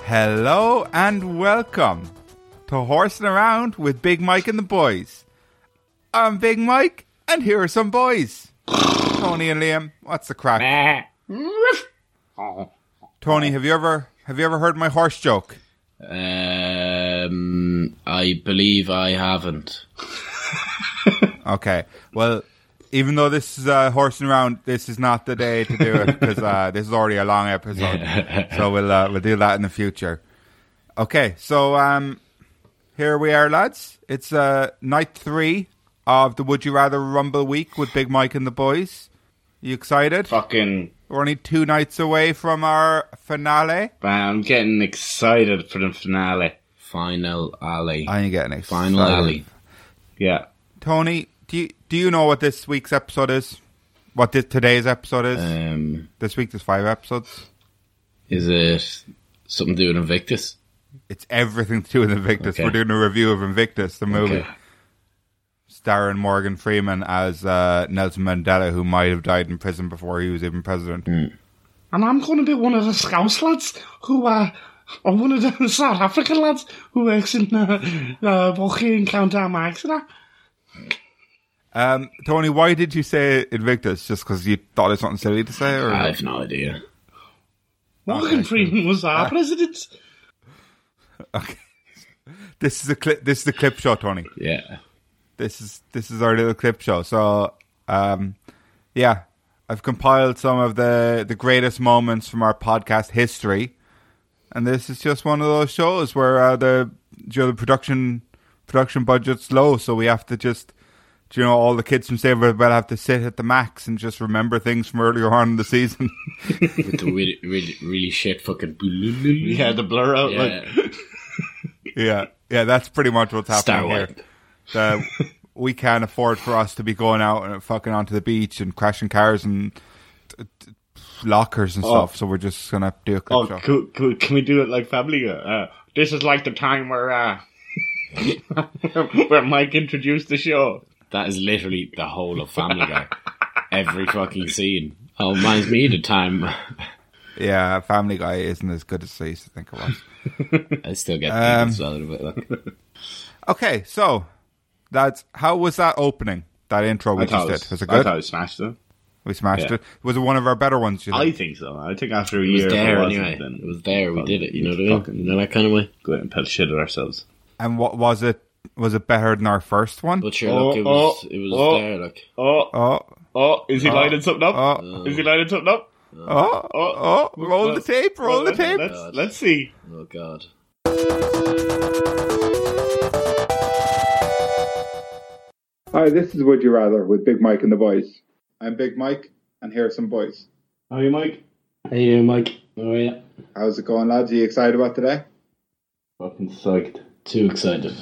Hello and welcome to Horsing Around with Big Mike and the Boys. I'm Big Mike, and here are some boys. Tony and Liam, what's the crack? Tony, have you ever have you ever heard my horse joke? Um, I believe I haven't. Okay, well, even though this is uh, horsing around, this is not the day to do it because uh, this is already a long episode. so we'll uh, we'll do that in the future. Okay, so um, here we are, lads. It's uh, night three of the Would You Rather Rumble week with Big Mike and the boys. You excited? Fucking, We're only two nights away from our finale. Man, I'm getting excited for the finale. Final Alley. I ain't getting excited. Final Alley. Yeah. Tony, do you, do you know what this week's episode is? What this, today's episode is? Um, this week there's five episodes. is it something to do with Invictus? It's everything to do with Invictus. Okay. We're doing a review of Invictus, the movie, Okay. starring Morgan Freeman as uh, Nelson Mandela, who might have died in prison before he was even president. Mm. And I'm going to be one of the Scouse lads who are, or one of the South African lads who works in uh, uh, Bochum County Maxina. Um, Tony, why did you say Invictus? Just because you thought it's something silly to say, or I have no idea. Morgan Okay. Freeman was our president. okay? this is a clip. This is a clip show, Tony. Yeah. this is this is our little clip show. So, um, yeah, I've compiled some of the the greatest moments from our podcast history, and this is just one of those shows where uh, the you know, the production production budget's low, so we have to just. You know, all the kids from Save Bell have to sit at the max and just remember things from earlier on in the season. With the really, really, really shit fucking. Yeah, the blur out. Yeah. Like, yeah, yeah, that's pretty much what's happening Star here. Wipe. that uh, we can't afford for us to be going out and fucking onto the beach and crashing cars and t- t- lockers and stuff. So we're just gonna do a clip oh, show. could, could, can we do it like Family Guy? Uh, this is like the time where, uh, where Mike introduced the show. That is literally the whole of Family Guy. Every fucking scene. Oh, reminds me of the time. Yeah, Family Guy isn't as good as I used to think it was. I still get Um, things out of it. Like, okay, so that's how was that opening? That intro we I just thought, it did was, was it I good? thought it smashed them. we smashed yeah. it. Was it one of our better ones? do You I think? think so. I think after a it was year, if there it wasn't, anyway. then It was there. We did it. You know what I mean? Fucking- You know that kind of way. Go out and pelt shit at ourselves. and what was it? Was it better than our first one? But sure, look, it was, it was Oh, oh, there. Like, Oh, Oh, oh, is he lining something up? oh, Is he lining something up? oh, oh! Roll the let's- tape! Roll the let's- tape! Let's, let's see. oh god. Hi, this is Would You Rather with Big Mike and the Boys. I'm Big Mike, and here are some boys. How are you, Mike? Hey, you, Mike. Oh yeah. How's it going, lads? Are you excited about today? Fucking psyched. Too excited.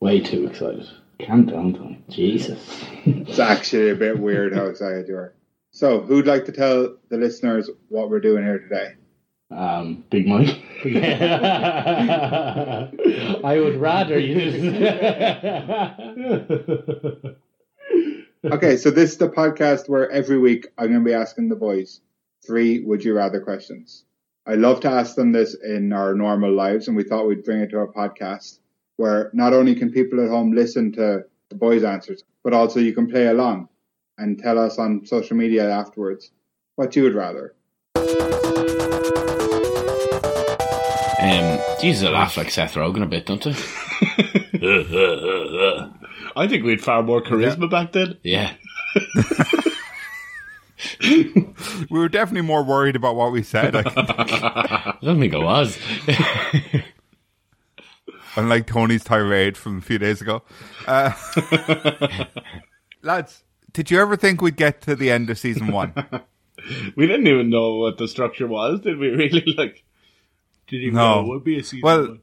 Way too excited. Calm down, Tony. Jesus. It's actually a bit weird how excited you are. So, who'd like to tell the listeners what we're doing here today? Um, Big Mike. I would rather Okay, so this is the podcast where every week I'm going to be asking the boys three Would You Rather questions. I love to ask them this in our normal lives, and we thought we'd bring it to our podcast where not only can people at home listen to the boys' answers, but also you can play along and tell us on social media afterwards what you would rather. um, Jesus, I laugh like Seth Rogen a bit, don't I? I think we had far more charisma back then. yeah. We were definitely more worried about what we said. I don't think I was. unlike Tony's tirade from a few days ago. Uh, lads, did you ever think we'd get to the end of season one? We didn't even know what the structure was, did we? Really? Like, did you No. know it would be a season? Well- one?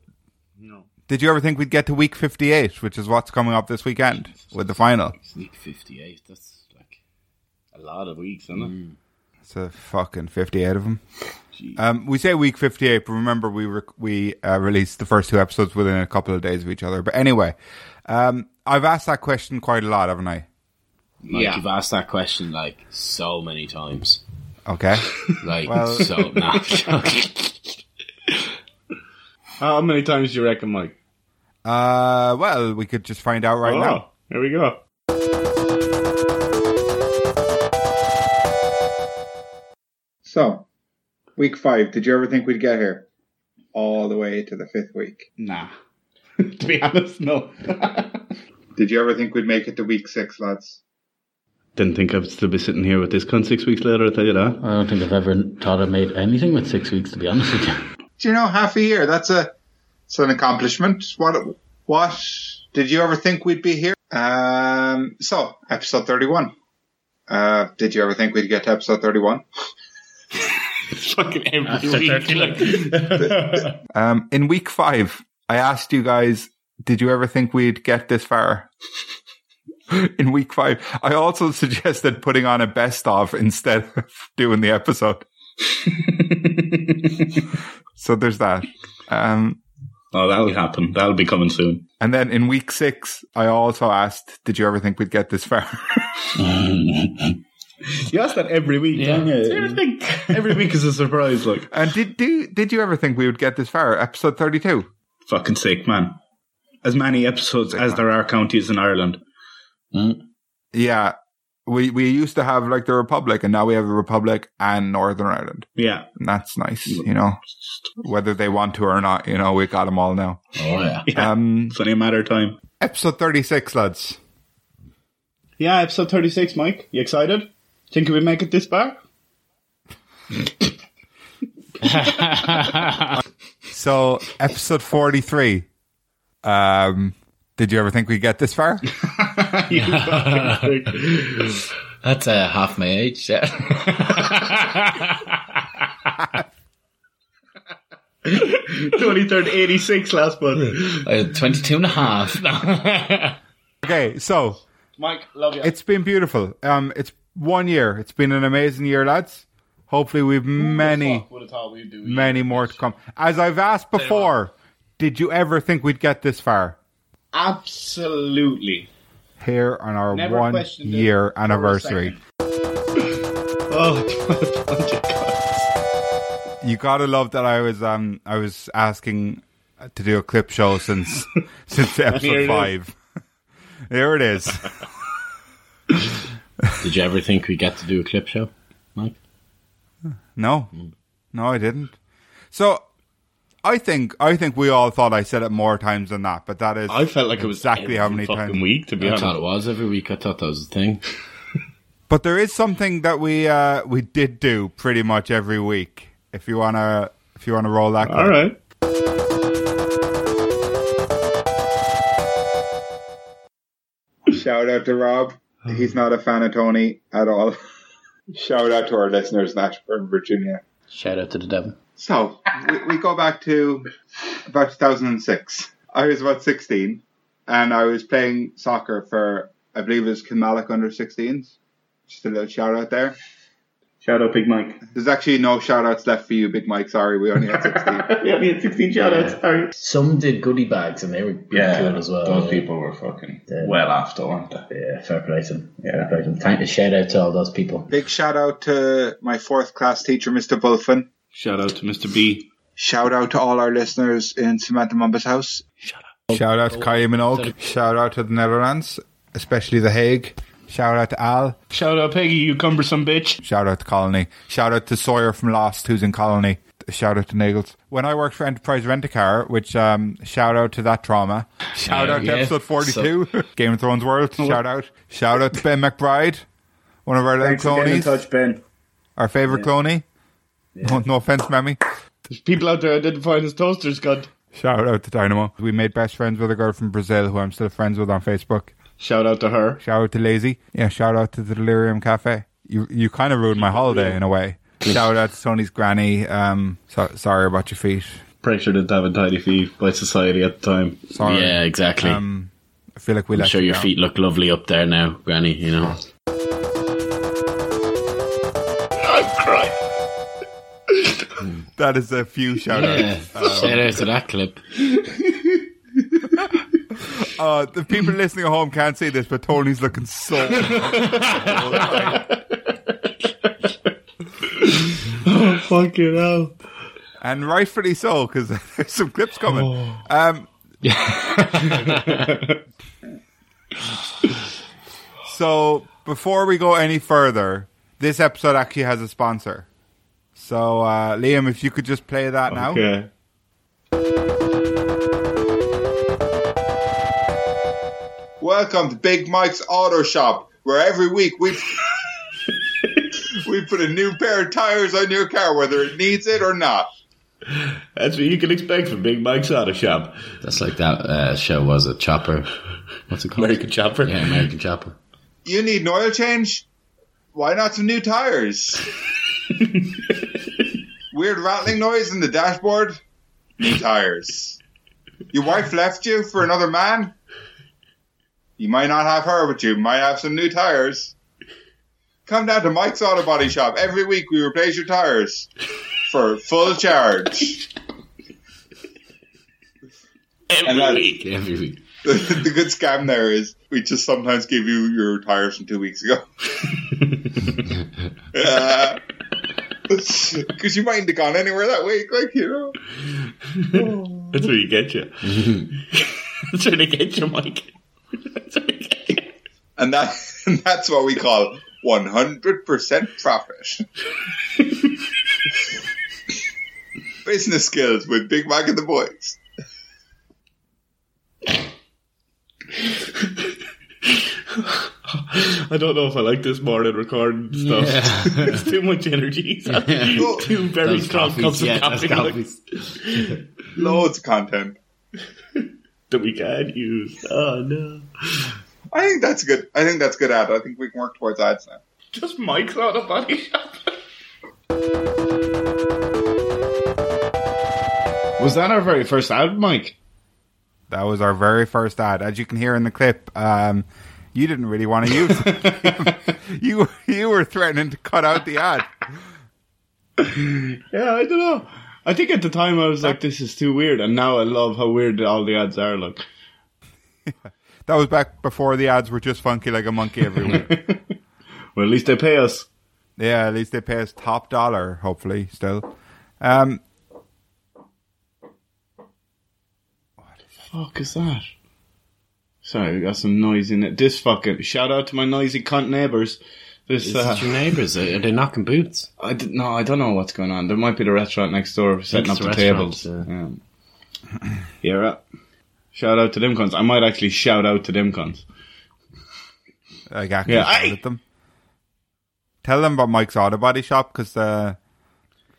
no. did you ever think we'd get to week 58, which is what's coming up this weekend with the final? Sneak 58, that's like. Mm. A lot of weeks, isn't it? It's a fucking 58 of them. Um, we say week 58, but remember we rec- we uh, released the first two episodes within a couple of days of each other. But anyway, um, I've asked that question quite a lot, haven't I? Like Yeah. you've asked that question like so many times. Okay. Like Well- so nah, I'm joking. How many times do you reckon, Mike? uh, well, we could just find out right oh, now. here we go. So, week five. Did you ever think we'd get here? All the way to the fifth week. Nah. to be honest, no. Did you ever think we'd make it to week six, lads? Didn't think I'd still be sitting here with this cunt six weeks later, I'll tell you that. I don't think I've ever thought I made anything with six weeks, to be honest with you. Do you know half a year? That's a it's an accomplishment. What what did you ever think we'd be here? Um. So, episode thirty-one. Uh, did you ever think we'd get to episode thirty-one? Fucking every week. Um, in week five, I asked you guys, did you ever think we'd get this far? in week five, I also suggested putting on a best of instead of doing the episode. so there's that. Um, Oh, that'll happen. That'll be coming soon. and then in week six, I also asked, did you ever think we'd get this far? You ask that every week, Yeah. don't you? every week is a surprise, like and did do did you ever think we would get this far? Episode thirty two. fucking sake, man. As many episodes as there are counties in Ireland. Yeah. We we used to have like the Republic and now we have a Republic and Northern Ireland. Yeah. And that's nice, you know. Whether they want to or not, you know, we got them all now. Oh yeah. Um, It's only a matter of time. episode thirty-six, lads. Yeah, episode thirty six, Mike. You excited? Think we make it this far? So, episode forty-three. Um, did you ever think we'd get this far? That's uh, half my age. Yeah. Twenty third eighty six last month. Uh, 22 and a half. Okay, so Mike, love you. it's been beautiful. Um, it's one year. It's been an amazing year, lads. Hopefully, we've many, would have thought we'd do many more to come. As I've asked before, did you ever think we'd get this far? Absolutely. Here on our Never questioned it one-year for a anniversary. second. Oh, You gotta love that I was um I was asking to do a clip show since since Here it episode is. five. There it is. Did you ever think we get to do a clip show? Mike? No, no, I didn't. So I think I think we all thought I said it more times than that, but that is I felt like it was exactly how many times. week to be I thought it was every week. I thought that was the thing. But there is something that we uh we did do pretty much every week. If you wanna if you wanna roll that, clip. All right. Shout out to Rob. He's not a fan of Tony at all. Shout out to our listeners in Ashburn, Virginia. Shout out to the devil. So we, we go back to about 2006. I was about 16, and I was playing soccer for I believe it was Kilmallock under 16s. Just a little shout out there. Shout out Big Mike. There's actually no shout outs left for you, Big Mike. Sorry, we only had 16. we only had sixteen shout outs, sorry. Some did goodie bags and they were pretty Yeah, cool as well. Those yeah. people were fucking Yeah. well after, weren't they? Yeah, fair play to them. Yeah. Fair play to them. Thank Shout out to all those people. Big shout out to my fourth class teacher, Mr. Bulfin. Shout out to Mr. B. Shout out to all our listeners in Samantha Mumba's house. Shout out to Kylie Minogue. Shout out to the Netherlands, especially The Hague. Shout out to Al. Shout out Peggy, you cumbersome bitch. Shout out to Colony. Shout out to Sawyer from Lost, who's in Colony. Shout out to Nagels. When I worked for Enterprise Rent a Car, which um, shout out to that trauma. Shout Yeah, out to yeah. episode forty-two, Game of Thrones World. Shout out. Shout out to Ben McBride, one of our little clonies, Ben. our favorite cloney. No, no offense, mammy. There's people out there identifying as toasters, God. Shout out to Dynamo. We made best friends with a girl from Brazil who I'm still friends with on Facebook. Shout out to her. Shout out to Lazy. Yeah, shout out to the Delirium Cafe. You you kind of ruined my holiday in a way. Shout out to Tony's granny. Um, so, sorry about your feet. Pressured into having tidy feet by society at the time. Sorry. Yeah, exactly. Um, I feel like we I'm let sure you your down. feet look lovely up there now, Granny, you know. That is a few shout outs. Yeah, shout out to that clip. Uh, the people listening at home can't see this, but Tony's looking so. Fucking hell. and rightfully so, because there's some clips coming. Um, so, before we go any further, this episode actually has a sponsor. So, uh, Liam, if you could just play that now. Okay. Welcome to Big Mike's Auto Shop, where every week we we put a new pair of tires on your car, whether it needs it or not. That's what you can expect from Big Mike's Auto Shop. That's like that uh, show was it Chopper? What's it called? American Chopper. Yeah, American Chopper. You need an oil change? Why not some new tires? Weird rattling noise in the dashboard? New tires. Your wife left you for another man? You might not have her, but you might have some new tires. Come down to Mike's Auto Body Shop. Every week we replace your tires for full charge. And that- Every week. the, the good scam there is we just sometimes give you your tires from two weeks ago. Because you mightn't have gone anywhere that week, like, you know. That's where you get you. That's where they get you, Mike. That's where they get you. And, that, and that's what we call 100% profit. Business skills with Big Mac and the boys. I don't know if I like this more than recording stuff. Yeah. it's too much energy. Yeah. Two very Those strong coffees, cups of yeah, coffee, those like, coffees. Loads of content. that we can't use. Oh no! I think that's a good. I think that's a good ad. I think we can work towards ads now. Just Mike's out of body shop. Was that our very first ad, Mike? That was our very first ad. As you can hear in the clip, um, you didn't really want to use it. you, you were threatening to cut out the ad. Yeah, I don't know. I think at the time I was like, "This is too weird," and now I love how weird all the ads are. Like, That was back before the ads were just funky like a monkey every week. well, at least they pay us. Yeah, at least they pay us top dollar, hopefully, still. Um, Fuck is that? Sorry, we got some noise in it. This fucking shout out to my noisy cunt neighbors. This Is uh, it your neighbours? Are are they knocking boots? I did, no, I don't know what's going on. There might be the restaurant next door setting up It's the, the restaurant, tables. Yeah. yeah, right. Shout out to them cons. I might actually shout out to them cons. like actually Yeah, yell aye. at them. Tell them about Mike's Auto Body Shop because uh,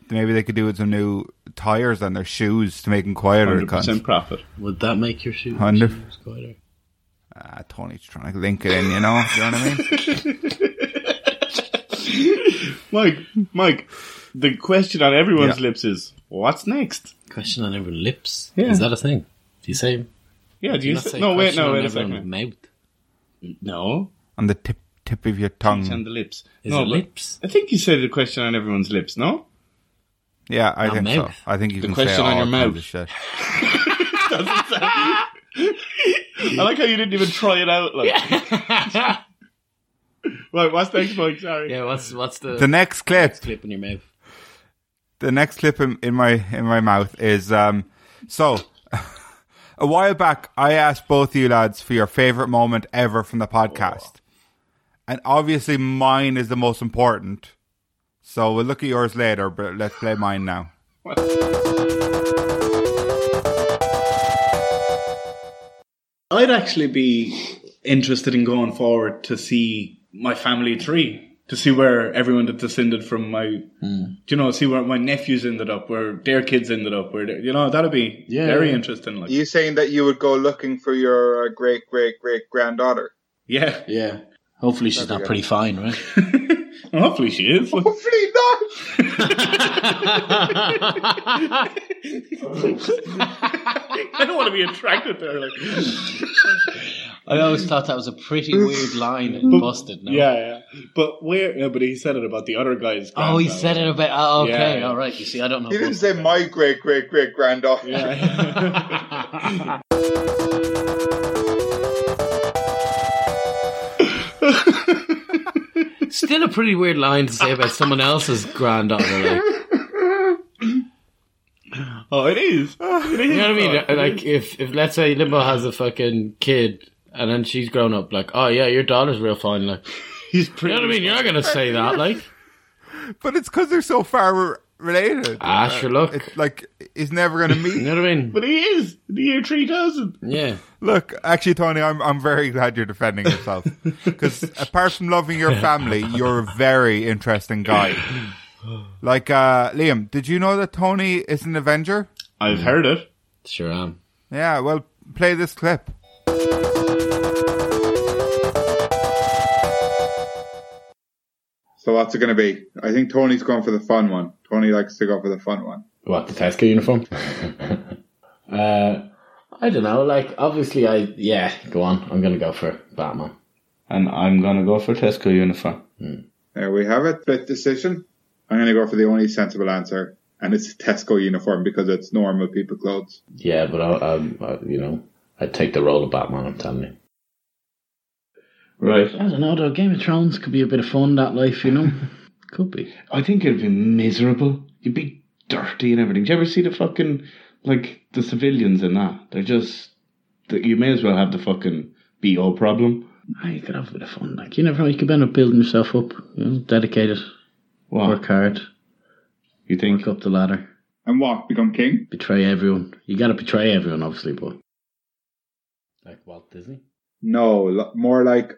maybe they could do with some new tires on their shoes to make them quieter. 100% cunts. profit. Would that make your shoes? Hundred. shoes quieter? Ah, Tony's trying to link it in, you know? you know what I mean? Mike, Mike, the question on everyone's Yeah. lips is, what's next? Question on everyone's lips. Yeah. Is that a thing? Do you say? Do Yeah, do you you not say, say no, wait, question no, on wait a everyone's second. Mouth. No, On the tip tip of your it's on tongue. the lips. Is no, it but- lips? I think you said the question on everyone's lips, no? Yeah, I On think so. mouth. I think you The can say question on all your kinds of mouth. shit. I like how you didn't even try it out. Like, right, what's next, Mike? Sorry. Yeah. What's what's the, The next clip clip in your mouth? the next clip in, in my in my mouth is um so a while back I asked both you lads for your favorite moment ever from the podcast. Oh. And obviously mine is the most important. So we'll look at yours later, but let's play mine now. I'd actually be interested in going forward to see my family tree, to see where everyone that descended from my, Hmm. do you know, see where my nephews ended up, where their kids ended up, where their- you know that'd be Yeah, very yeah. interesting. Like, You saying that you would go looking for your uh, great great great granddaughter? yeah, Yeah. Hopefully she's not pretty fine, right? hopefully she is. Like, Hopefully not. I don't want to be attracted to her. Like, I always thought that was a pretty weird line and busted. No? yeah, yeah. But where? Yeah, but he said it about the other guy's. Oh, he grandfather. said it about. Oh, okay, Yeah. all right. You see, I don't know. He didn't say my great great great granddaughter. Still a pretty weird line to say about someone else's granddaughter. Like, Oh, it is. you know Oh, what I mean? Like, if if let's say Limbo has a fucking kid. And then she's grown up, like, oh yeah, your daughter's real fine. Like, He's you pretty. know what I mean? You're not gonna say that, like. But it's because they're so far re- related. Ah, sure, look. It's like he's never going to meet. You know what I mean? But he is the year three thousand. Yeah. Look, actually, Tony, I'm I'm very glad you're defending yourself because apart from loving your family, you're a very interesting guy. Like uh, Liam, did you know that Tony is an Avenger? Mm. I've heard it. Sure am. Yeah, well, play this clip. So what's it going to be? I think Tony's going for the fun one. Tony likes to go for the fun one. What, the Tesco uniform? uh, I don't know. Like, obviously, I. Yeah, go on. I'm going to go for Batman. and I'm gonna go for Tesco uniform. There we have it. Split decision. I'm going to go for the only sensible answer, and it's a Tesco uniform because it's normal people clothes. Yeah, but I, um, I, you know, I'd take the role of Batman, I'm telling you. Right. I don't know, though. Game of Thrones could be a bit of fun, that life, you know? could be. I think it'd be miserable. You'd be dirty and everything. Do you ever see the fucking like the civilians in that? They're just that you may as well have the fucking BO problem. Ah, you could have a bit of fun. Like, you never know. You could end up building yourself up, you know? Dedicated, What work hard, you think? work up the ladder, And what? Become king? betray everyone. You gotta betray everyone, obviously, but. Like Walt Disney? No, lo- more like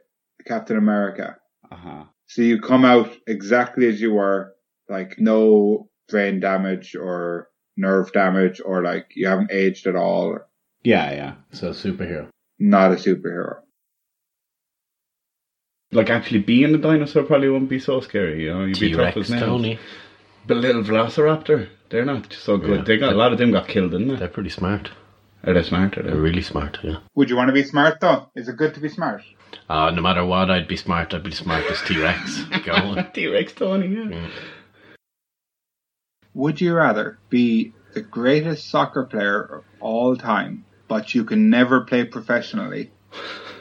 Captain America. Uh huh. So you come out exactly as you were, like no brain damage or nerve damage, or like you haven't aged at all. Or Yeah, yeah. So, superhero. not a superhero. Like actually being a dinosaur probably wouldn't be so scary. You know, you'd be T tough Rex as nails. Tony. But little Velociraptor, they're not so good. Yeah. They got a lot of them got killed, didn't they? They're pretty smart. Are they smart? Are They're they? really smart, yeah. Would you want to be smart though? Is it good to be smart? Uh, no matter what, I'd be smart. I'd be the smartest T Rex. Go on. T Rex Tony, yeah. Would you rather be the greatest soccer player of all time, but you can never play professionally?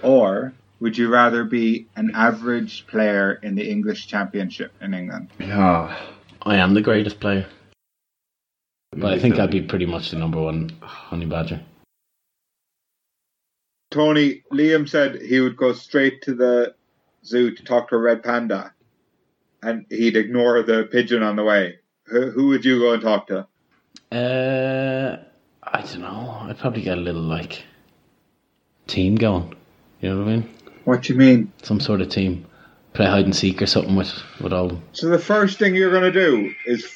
Or would you rather be an average player in the English Championship in England? Yeah. I am the greatest player. But I think I'd be pretty much the number one honey badger. Tony, Liam said he would go straight to the zoo to talk to a red panda and he'd ignore the pigeon on the way. Who, who would you go and talk to? Uh, I don't know. I'd probably get a little like team going. You know what I mean? What do you mean? Some sort of team, play hide and seek or something with with all. Them. So the first thing you're going to do is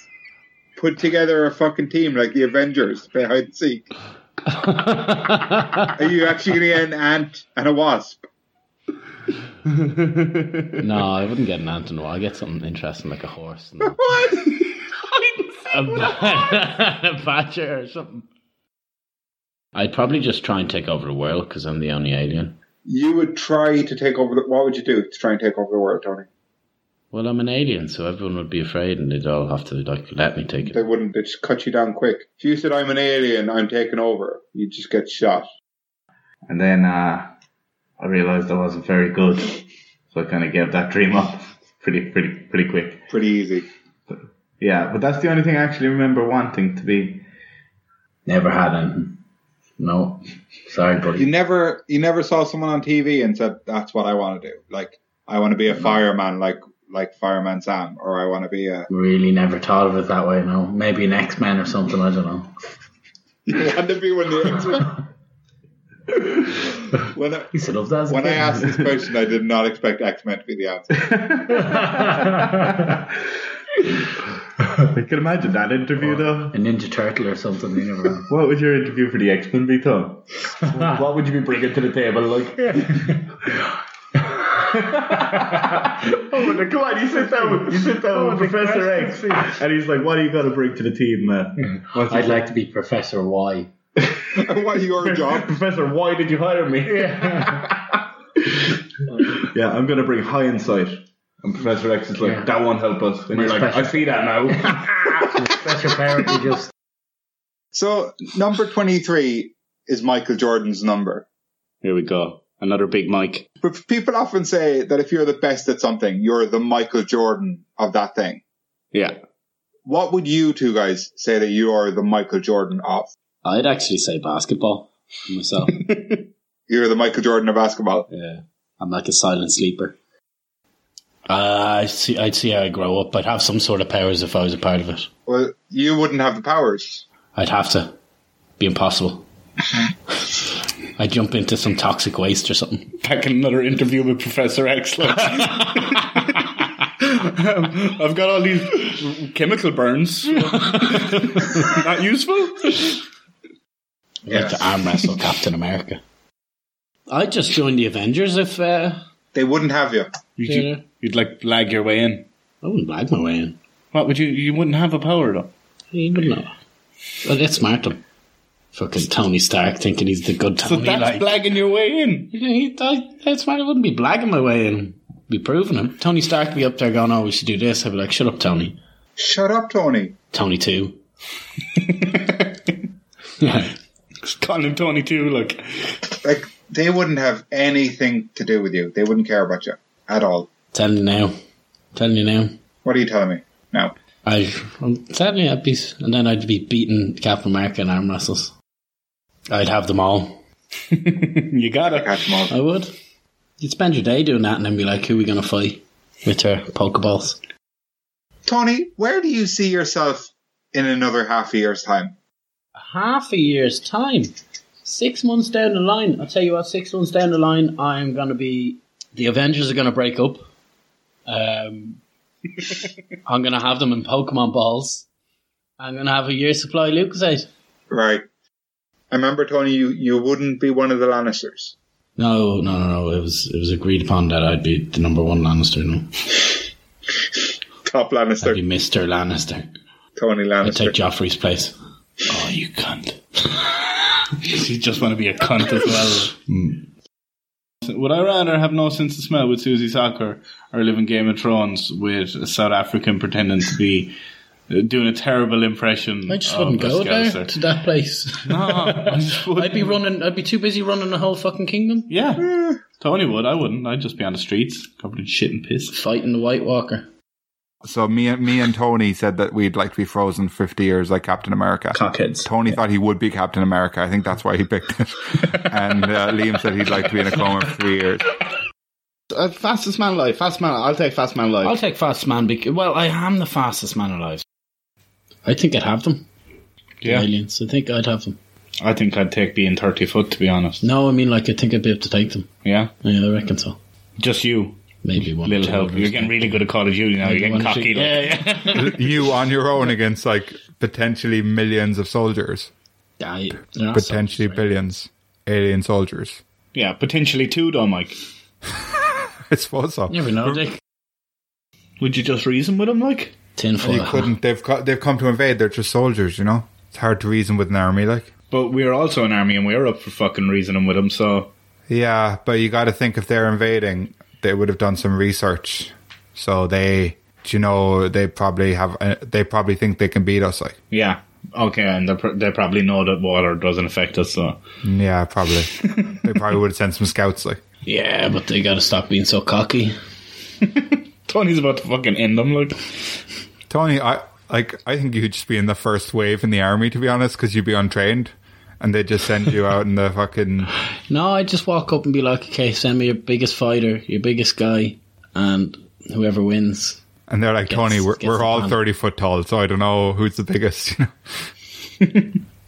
put together a fucking team like the Avengers, play hide and seek. Are you actually going to get an ant and a wasp? no, I wouldn't get an ant and all. I get something interesting like a horse, and a, What? a, ba- a badger or something. I'd probably just try and take over the world because I'm the only alien. You would try to take over the. What would you do to try and take over the world, Tony? Well, I'm an alien, so everyone would be afraid, and they'd all have to like let me take They it. wouldn't. They'd just cut you down quick. If you said, I'm an alien, I'm taking over, you'd just get shot. And then uh, I realised I wasn't very good, so I kind of gave that dream up pretty, pretty, pretty quick. Pretty easy. Yeah, but that's the only thing I actually remember wanting to be. Never had anything. No, sorry, You buddy. never, you never saw someone on TV and said, "That's what I want to do." Like, I want to be a Mm-hmm. fireman, like like fireman Sam, or I want to be a. Really, never thought of it that way. No, maybe an X Men or something. I don't know. You want to be one of the X-Men. when I, Used to love that. as a when I kid. asked this question, I did not expect X Men to be the answer. I can imagine that interview though. a Ninja Turtle or something. You never know. What would your interview for the X Men be, Tom? what would you be bringing to the table? Like, oh, no, come on, you sit down with, you sit down Oh, with Professor X. And he's like, what are you going to bring to the team, uh, man? What's I'd like to be Professor Y. What your job? Professor, why did you hire me? yeah, I'm going to bring high insight. And Professor X is like, Yeah. that won't help us. And you're like, I special- see that now. Professor Parrot, you just So number twenty-three is Michael Jordan's number. Here we go. Another big mic. But people often say that if you're the best at something, you're the Michael Jordan of that thing. Yeah. What would you two guys say that you are the Michael Jordan of? I'd actually say basketball myself. You're the Michael Jordan of basketball. yeah. I'm like a silent sleeper. Uh, I see. I'd see how I grow up. I'd have some sort of powers if I was a part of it. Well, you wouldn't have the powers. I'd have to. Be impossible. I'd jump into some toxic waste or something. Mm-hmm. Back in another interview with Professor X. like- Um, I've got all these chemical burns. Not useful. Like to arm wrestle Captain America. I'd just join the Avengers if uh, They wouldn't have you. You'd, Yeah. you'd like lag your way in. I wouldn't blag my way in. What would you? You wouldn't have a power though. You wouldn't know. Well, that's smart him. Fucking Tony Stark thinking he's the good So Tony. that's like, blagging your way in. Yeah, he, I, that's smart. I wouldn't be blagging my way in. Be proving him. Tony Stark would be up there going, "Oh, we should do this." I'd be like, "Shut up, Tony." Shut up, Tony. Tony two. Calling him Tony too. Like Like, they wouldn't have anything to do with you. They wouldn't care about you at all. Telling you now. Telling you now. What are you telling me now? I I'm telling you, I'd be, and then I'd be beating Captain America in arm wrestles. I'd have them all. you gotta. Catch them all. I would. You'd spend your day doing that, and then be like, "Who are we gonna fight?" With her pokeballs. Tony, where do you see yourself in another half a year's time? half a year's time. Six months down the line, I'll tell you what, six months down the line, I'm going to be. The Avengers are going to break up. Um, I'm going to have them in Pokemon balls. I'm going to have a year's supply of Lucasade. Right. I remember, Tony, you, you wouldn't be one of the Lannisters. No, no, no, no. It was it was agreed upon that I'd be the number one Lannister. No, Top I'd Lannister. be Mister Lannister. Tony I'd take Lannister. Joffrey's place. Oh, you cunt! You just want to be a cunt as well. Hmm. So Would I rather have no sense of smell with Susie Soccer or live in Game of Thrones with a South African pretending to be uh, doing a terrible impression? I just of wouldn't a go there Scouser? to that place. No, I just wouldn't. I'd be running. I'd be too busy running the whole fucking kingdom. Yeah. Tony would. I wouldn't. I'd just be on the streets, covered in shit and piss. fighting the White Walker. So me and me and Tony said that we'd like to be frozen fifty years like Captain America. Cockheads. Tony thought he would be Captain America. I think that's why he picked it. and uh, Liam said he'd like to be in a coma for three years. Uh, fastest man alive. Fast man. I'll take fast man alive. I'll take fastest man because well, I am the fastest man alive. I think I'd have them. the yeah. aliens. I think I'd have them. I think I'd take being thirty foot. To be honest. No, I mean like I think I'd be able to take them. Yeah. Yeah, I reckon so. Just you. Maybe one. or Little two help. others. You're getting really good at Call of Duty now. You're Maybe getting one or two- cocky. like. Yeah, yeah. You on your own against like potentially millions of soldiers, Die. They're not potentially soldiers, right? billions alien soldiers. Yeah, Potentially two though, Mike. I suppose so. You never know, Dick. Would you just reason with him, like? Tinfoil. You couldn't. They've co- they've come to invade. They're just soldiers. You know, it's hard to reason with an army like. But we're also an army, and we're up for fucking reasoning with him. So Yeah, but you got to think if they're invading, they would have done some research. So they, you know, they probably have. uh, They probably think they can beat us. Like, yeah. Okay, and they pr- they probably know that water doesn't affect us. So mm, yeah, probably. they probably would have sent some scouts. Like, Yeah, but they gotta stop being so cocky. Tony's about to fucking end them. Like, Tony, I like. I think you'd just be in the first wave in the army, to be honest, because you'd be untrained, and they just send you out in the fucking. No, I'd just walk up and be like, okay, send me your biggest fighter, your biggest guy, and whoever wins. And they're like, Tony, we're, gets we're the all plan. thirty foot tall, so I don't know who's the biggest. You know.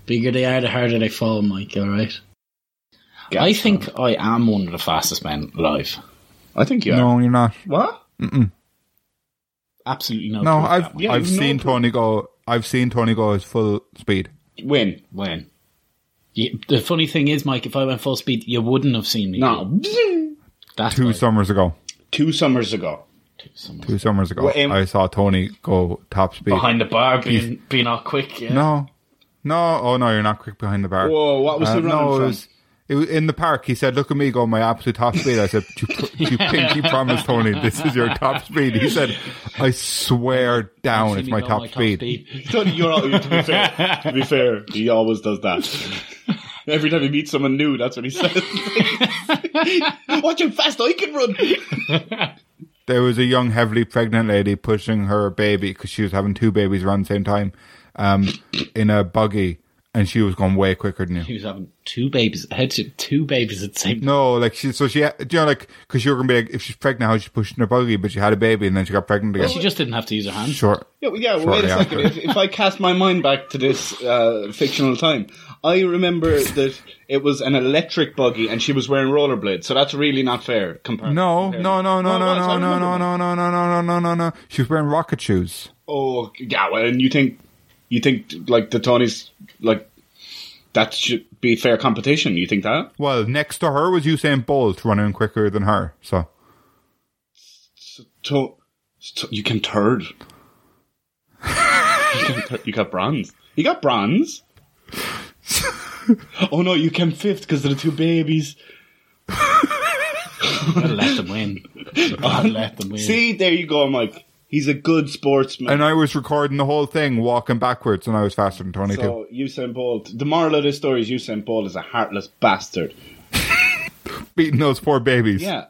Bigger they are, the harder they fall, Mike, alright? I think I am one of the fastest men alive. I think you are. No, you're not. What? Absolutely no. No, proof I've that way. Yeah, I've no seen Tony go. I've seen Tony go his full speed. Win. when. You, the funny thing is, Mike, if I went full speed, you wouldn't have seen me. No. That's two why. summers ago. Two summers ago. two summers ago, Well, um, I saw Tony go top speed. behind the bar, being being all quick. Yeah. No, no. Oh no, you're not quick behind the bar. Whoa, what was Uh, the running no, from? it was, it was in the park. He said, "Look at me go my absolute top speed." I said, "You, pr- you pink, you promised Tony this is your top speed." He said, "I swear down, it's my Go top speed." Tony, you're all, to be fair. To be fair, he always does that. Every time he meets someone new, that's what he says. Watch how fast I can run. There was a young, heavily pregnant lady pushing her baby because she was having two babies around the same time, um, in a buggy, and she was going way quicker than you. He was having two babies. How did two babies at the same? No, like she, so she, do you know, like, cause you're gonna be like, if she's pregnant, how she's pushing her buggy, but she had a baby and then she got pregnant again. She just didn't have to use her hand. Sure. Oh, Yeah, well, yeah well, Shortly wait a second. If, after. if I cast my mind back to this uh, fictional time, I remember that it was an electric buggy and she was wearing rollerblades, so that's really not fair. Compared No, no, no, no, Well, no, that's- no, I no, remember no, that. no, no, no, no, no, no, no. She was wearing rocket shoes. Oh, yeah, well, and you think, you think, like, the Tony's, like, that should be fair competition, you think that? Well, next to her was Usain Bolt running quicker than her. So To, to- you came third. you, came third. You got bronze. You got bronze. oh no, you came fifth because of the two babies. Gotta let them win. Gotta let them win. See, there you go, Mike. He's a good sportsman. and I was recording the whole thing walking backwards and I was faster than Tony too. so Usain Bolt. The moral of this story is Usain Bolt is a heartless bastard. Beating those poor babies. Yeah.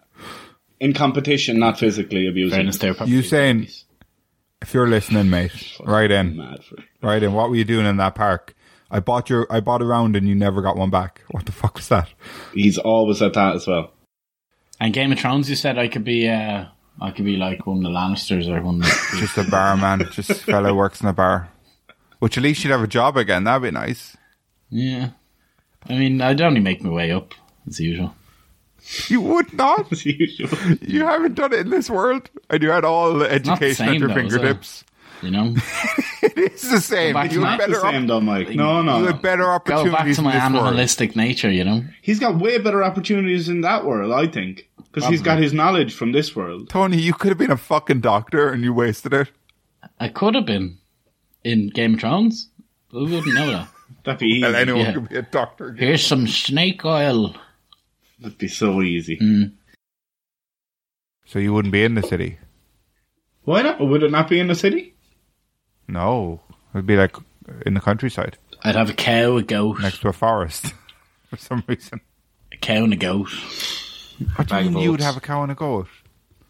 In competition, not physically abusing. Fairness there, probably. Usain if you're listening, mate, right in. Mad for it. Right in. What were you doing in that park? I bought your I bought a round and you never got one back. What the fuck was that? He's always at that as well. And Game of Thrones, you said I could be, uh, I could be like one of the Lannisters or one. Of the, Just a bar man. Just a fellow works in a bar. Which at least she'd have a job again, that'd be nice. yeah. I mean, I'd only make my way up as usual. You would not As usual. You haven't done it in this world, and you had all the not the education same, at your though, is it? fingertips. You know, It's the same. Back to You my- had Not the better, same op- though, Mike. No, no. you no. had better go opportunities. back to my in this world. animalistic nature. You know, He's got way better opportunities in that world, I think, because he's got his knowledge from this world. Tony, you could have been a fucking doctor, and you wasted it. I could have been in Game of Thrones. Who wouldn't know that? That'd be easy. Well, anyone Yeah. could be a doctor. again. Here's some snake oil. Hmm. That'd be so easy. So you wouldn't be in the city. Why not? Would it not be in the city? No, it'd be like in the countryside I'd have a cow, a goat, next to a forest for some reason. a cow and a goat. What do Bag you of mean you would oats. have a cow and a goat?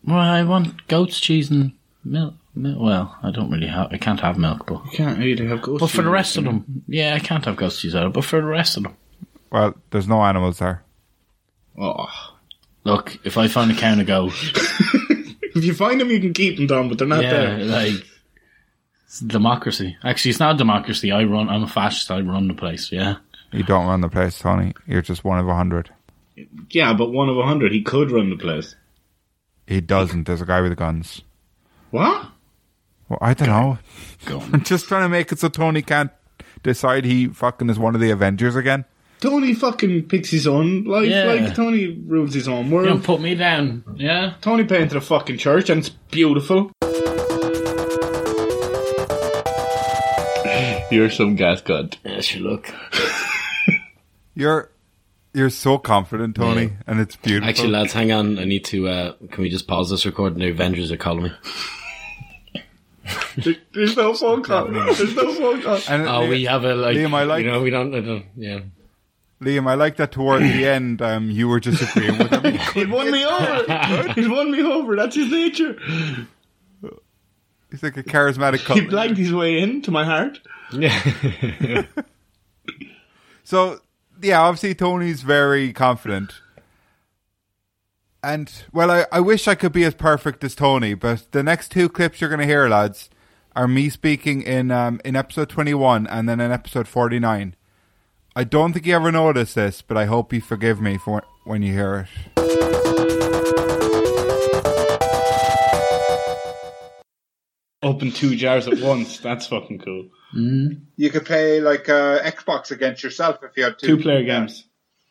Well, I want goat's cheese and milk. milk. Well, I don't really have. I can't have milk, but Can't really have ghosts. but for the rest of them, yeah, I can't have goat's cheese either. But for the rest of them, Well, there's no animals there. Oh. look, if I find a cow and a goat, If you find them, you can keep them down, but they're not yeah, there. like it's democracy. Actually, it's not a democracy. I run. I'm a fascist. I run the place. Yeah. You don't run the place, Tony. You're just one of a hundred. Yeah, but one of a hundred, he could run the place. He doesn't. There's a guy with the guns. What? Well, I don't know. Go on. I'm just trying to make it so Tony can't decide he fucking is one of the Avengers again. Tony fucking picks his own life. Yeah. Like Tony rules his own world. You don't put me down. Yeah. Tony painted a fucking church, and it's beautiful. You're some gas god. Yes, you look. You're you're so confident, Tony, and it's beautiful. Actually, lads, hang on. I need to. uh Can we just pause this recording? The Avengers are calling me. There's no phone call. There's no phone call. and Oh, Liam, we have a like. Liam, I like- You know, we don't. I don't yeah. Liam, I like that toward the end, um, you were just agreeing with him. He won me over. he won me over. That's his nature. He's like a charismatic He couple. blanked his way into my heart. so yeah, obviously Tony's very confident. And well, I, I wish I could be as perfect as Tony, but the next two clips you're gonna hear, lads, are me speaking in um, in episode twenty one and then in episode forty nine. I don't think you ever noticed this, but I hope you forgive me for when you hear it. Open two jars at once. That's fucking cool. You could play like uh, Xbox against yourself if you had Two two, player games.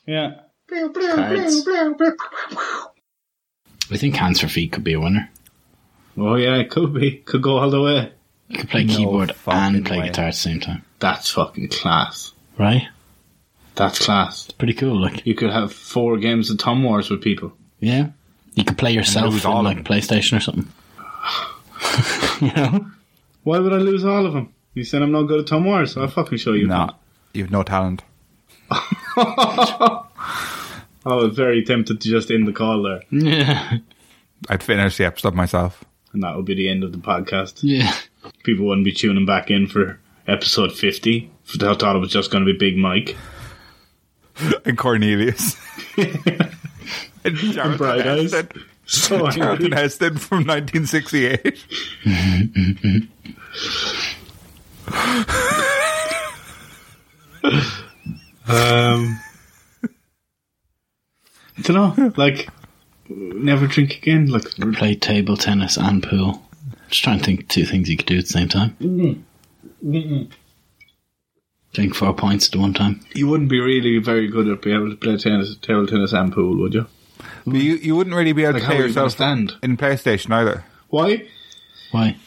Yeah. Blew, blew, blew, Cards. blew, blew. I think Hands for Feet could be a winner. Oh yeah, it could be. Could go all the way. You could play keyboard and play guitar at the same time. That's fucking class. Right? That's class. Pretty cool. Like, You could have four games of Tom Wars with people. yeah, you could play yourself lose on all of like them. PlayStation or something. you know, Why would I lose all of them? You said I'm not good at Tom Wars, so I'll fucking show you. No, you've no talent. I was very tempted to just end the call there, yeah, I'd finish the episode myself. and that would be the end of the podcast. yeah. People wouldn't be tuning back in for episode 50. I thought it was just going to be Big Mike. And Cornelius. and Jonathan Bright Eyes. Heston. So angry. Jonathan Heston from 1968. Um, I don't know. Like, never drink again. Like, Play table tennis and pool. Just trying to think two things you could do at the same time. Mm-hmm. Drink four pints at one time. you wouldn't be really very good at being able to play tennis, table tennis and pool, would you? But you, you wouldn't really be able Like, to how play are you going to yourself stand? in PlayStation either. Why? Why?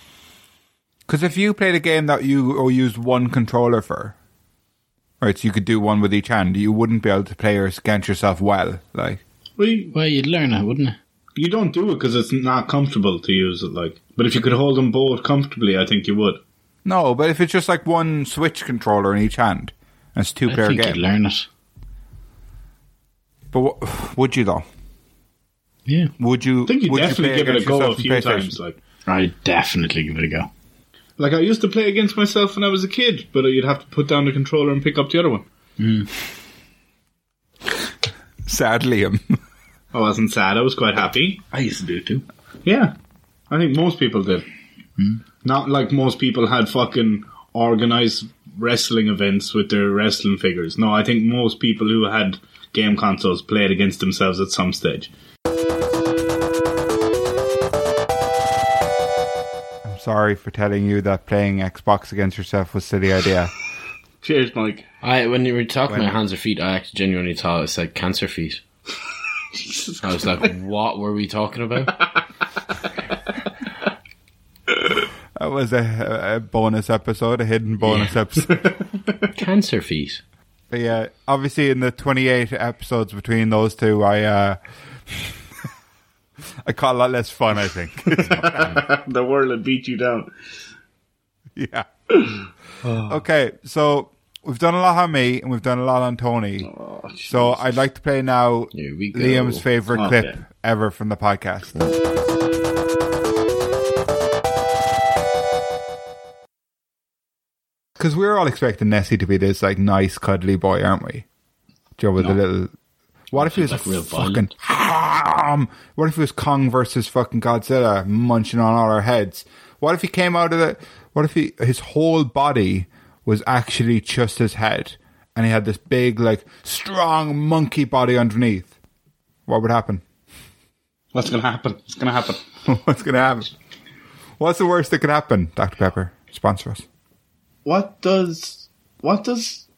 Because if you played a game that you or used one controller for, right, so you could do one with each hand, you wouldn't be able to play or against yourself well. Like, Well, you, Well, you'd learn it, wouldn't it? you don't do it because it's not comfortable to use it. Like, but if you could hold them both comfortably, I think you would. no, but if it's just like one Switch controller in each hand, and it's two I player think you'd game. learn it. But what, would you though? Yeah, Would you? I think you would definitely play give it a against go a yourself in few PlayStation? times. Like, I'd definitely give it a go. like I used to play against myself when I was a kid, but you'd have to put down the controller and pick up the other one. Hmm. Sad Liam. I wasn't sad. I was quite happy. I used to do it too. Yeah, I think most people did. Hmm. Not like most people had fucking organized wrestling events with their wrestling figures. No, I think most people who had game consoles played against themselves at some stage. I'm sorry for telling you that playing Xbox against yourself was a silly idea. Cheers, Mike. I when you were talking about hands or feet, I actually genuinely thought it said cancer feet. I was like, what were we talking about? That was a, a bonus episode, a hidden bonus episode. cancer feet. But yeah, obviously in the 28 episodes between those two, I uh, I caught a lot less fun. I think. The world had beat you down. yeah. Okay, so we've done a lot on me and we've done a lot on Tony. so I'd like to play now Oh, Here we go. Liam's favorite Okay. clip ever from the podcast. Because we were all expecting Nessie to be this like nice, cuddly boy, aren't we? Joe with a little. What if he was Like a real fucking um, What if he was Kong versus fucking Godzilla munching on all our heads? What if he came out of the? What if he his whole body was actually just his head, and he had this big like strong monkey body underneath? What would happen? What's gonna happen? It's gonna happen. What's gonna happen? What's the worst that could happen? Dr Pepper sponsor us. What does what does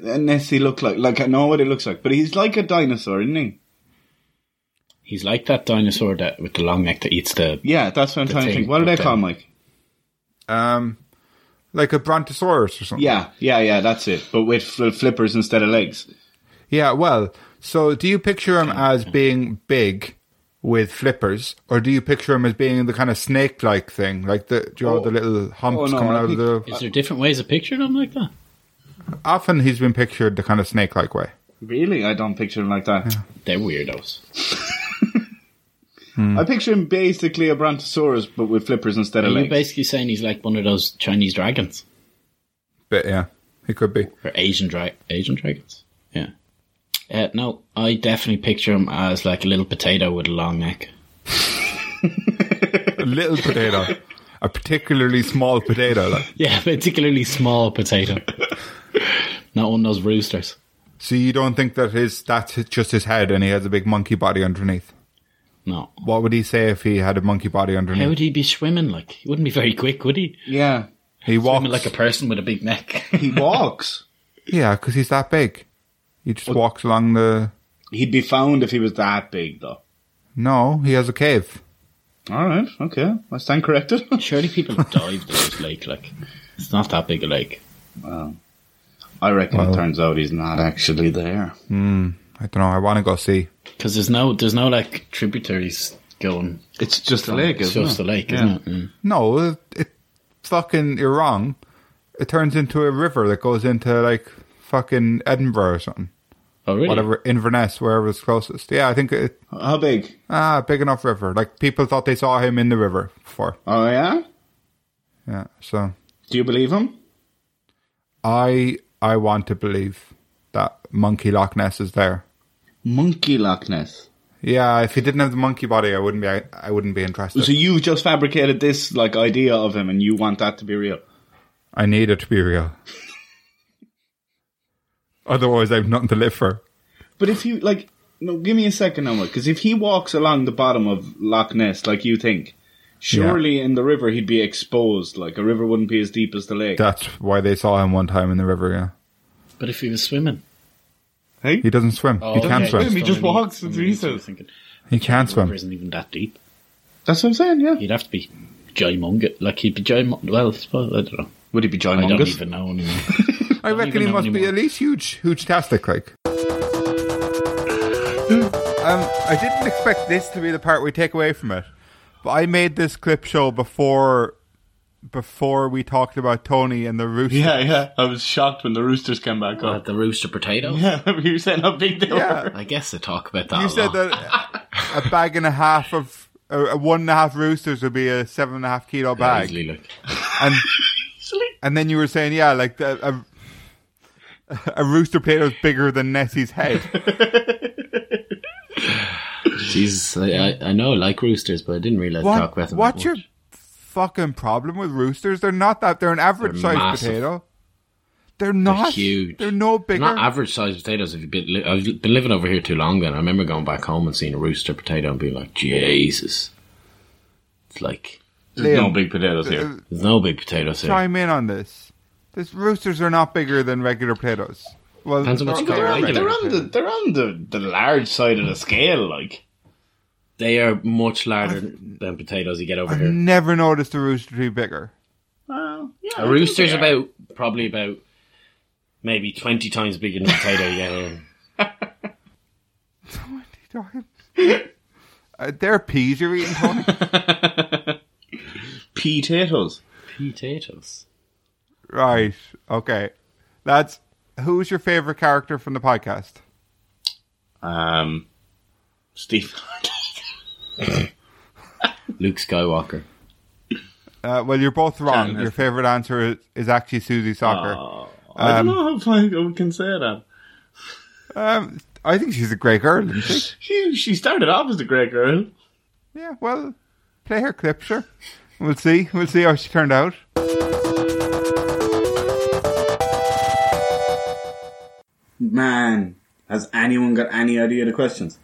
Nessie look like? Like I know what he looks like, but he's like a dinosaur, isn't he? He's like that dinosaur that with the long neck that eats the Yeah, that's what I'm The trying thing, to think. What do but they call then- Mike? Um, like a brontosaurus or something. Yeah, yeah, yeah. That's it. But with fl- flippers instead of legs. Yeah, well, so do you picture him as being big with flippers, or do you picture him as being the kind of snake like thing? Like the do you know, the little humps Oh, no, coming I out of the Is there different ways of picturing him like that? often he's been pictured the kind of snake like way. Really, Hmm. I don't picture him like that. They're weirdos. I picture him basically a brontosaurus, but with flippers instead Are of you legs. basically saying he's like one of those Chinese dragons? But yeah, he could be. Or Asian dra- Asian dragons? Yeah. Uh, no, I definitely picture him as like a little potato with a long neck. A little potato. A particularly small potato. Like. Yeah, particularly small potato. Not one of those roosters. So you don't think that his that's just his head and he has a big monkey body underneath. No. What would he say if he had a monkey body How underneath? would he be swimming? Like he wouldn't be very quick, would he? yeah, he walks Swimming like a person with a big neck. he walks. Yeah, because he's that big. He just walks along the He'd be found if he was that big, though. No, he has a cave. All right. Okay. I stand corrected. Surely people have dived in this lake. Like, it's not that big a lake. Well, I reckon it turns out he's not actually there. Hmm. I don't know. I want to go see. Because there's no, there's no like tributaries going. It's just a lake, It's isn't just it? the lake, Yeah. isn't it? Mm. No, it, it fucking you're wrong. It turns into a river that goes into like fucking Edinburgh or something. Oh, really? Whatever Inverness, wherever it's closest. Yeah, I think it, How big? ah big enough river. Like people thought they saw him in the river before. Oh yeah. Yeah, so Do you believe him? I I want to believe that monkey Loch Ness is there. Monkey Loch Ness. Yeah, if he didn't have the monkey body, I wouldn't be I, I wouldn't be interested. So you just fabricated this like idea of him, and you want that to be real? I need it to be real. Otherwise, I've nothing to live for. But if you like, no, give me a second now, because if he walks along the bottom of Loch Ness, like you think, surely in the river he'd be exposed. Like a river wouldn't be as deep as the lake. That's why they saw him one time in the river. Yeah, But if he was swimming, he doesn't swim. Oh, he can't okay. swim. He just Somebody- walks and somebody he says- was thinking, He can't "River swim. isn't even that deep. That's what I'm saying. Yeah. He'd have to be gigantic. Like he'd be gigantic. Well, I suppose- I don't know. Would he be I don't ginormous? even know anymore. I reckon even he know must be anymore. at least huge, huge tastic like. Um, I didn't expect this to be the part we take away from it, but I made this clip show before before we talked about Tony and the rooster. Yeah, yeah. I was shocked when the roosters came back Uh, up. the rooster potato. you were saying how big they were. yeah. I guess they talk about that. You a said lot. that a bag and a half of a a one and a half roosters would be a seven and a half kilo bag, Easily, like, and and then you were saying, yeah, like the, a a rooster potato is bigger than Nessie's head. Jesus, I, I, I know I like roosters, but I didn't realize they talk about them. what's that your much. fucking problem with roosters? They're not that. They're an average sized massive. potato. They're not huge. They're no bigger. Not average sized potatoes. If you've been, li- I've been living over here too long, and I remember going back home and seeing a rooster potato and being like, Jesus. It's like, Liam, No big potatoes uh, here. there's no big potatoes here. chime in on this. This roosters are not bigger than regular potatoes. Well, Depends on what you they're- call they're regular. They're on the they're on the, the large side of the scale, like. They are much larger than potatoes you get over I've here. never noticed a rooster to be bigger. A rooster's about, probably about, maybe 20 times bigger than a potato you get here. What are you talking? Uh, they're peas you're eating, Tony. Potatoes. Potatoes. right. Okay. That's who's your favorite character from the podcast? Um, Steve. Luke Skywalker. Uh, well, you're both wrong. Your favorite answer is, is actually Susie Soccer. Oh. I Um, don't know if I I can say that. Um, I think she's a great girl. Isn't she? She she started off as a great girl. yeah. Well, play her clip, sure. We'll see. We'll see how she turned out. Man, has anyone got any idea the questions?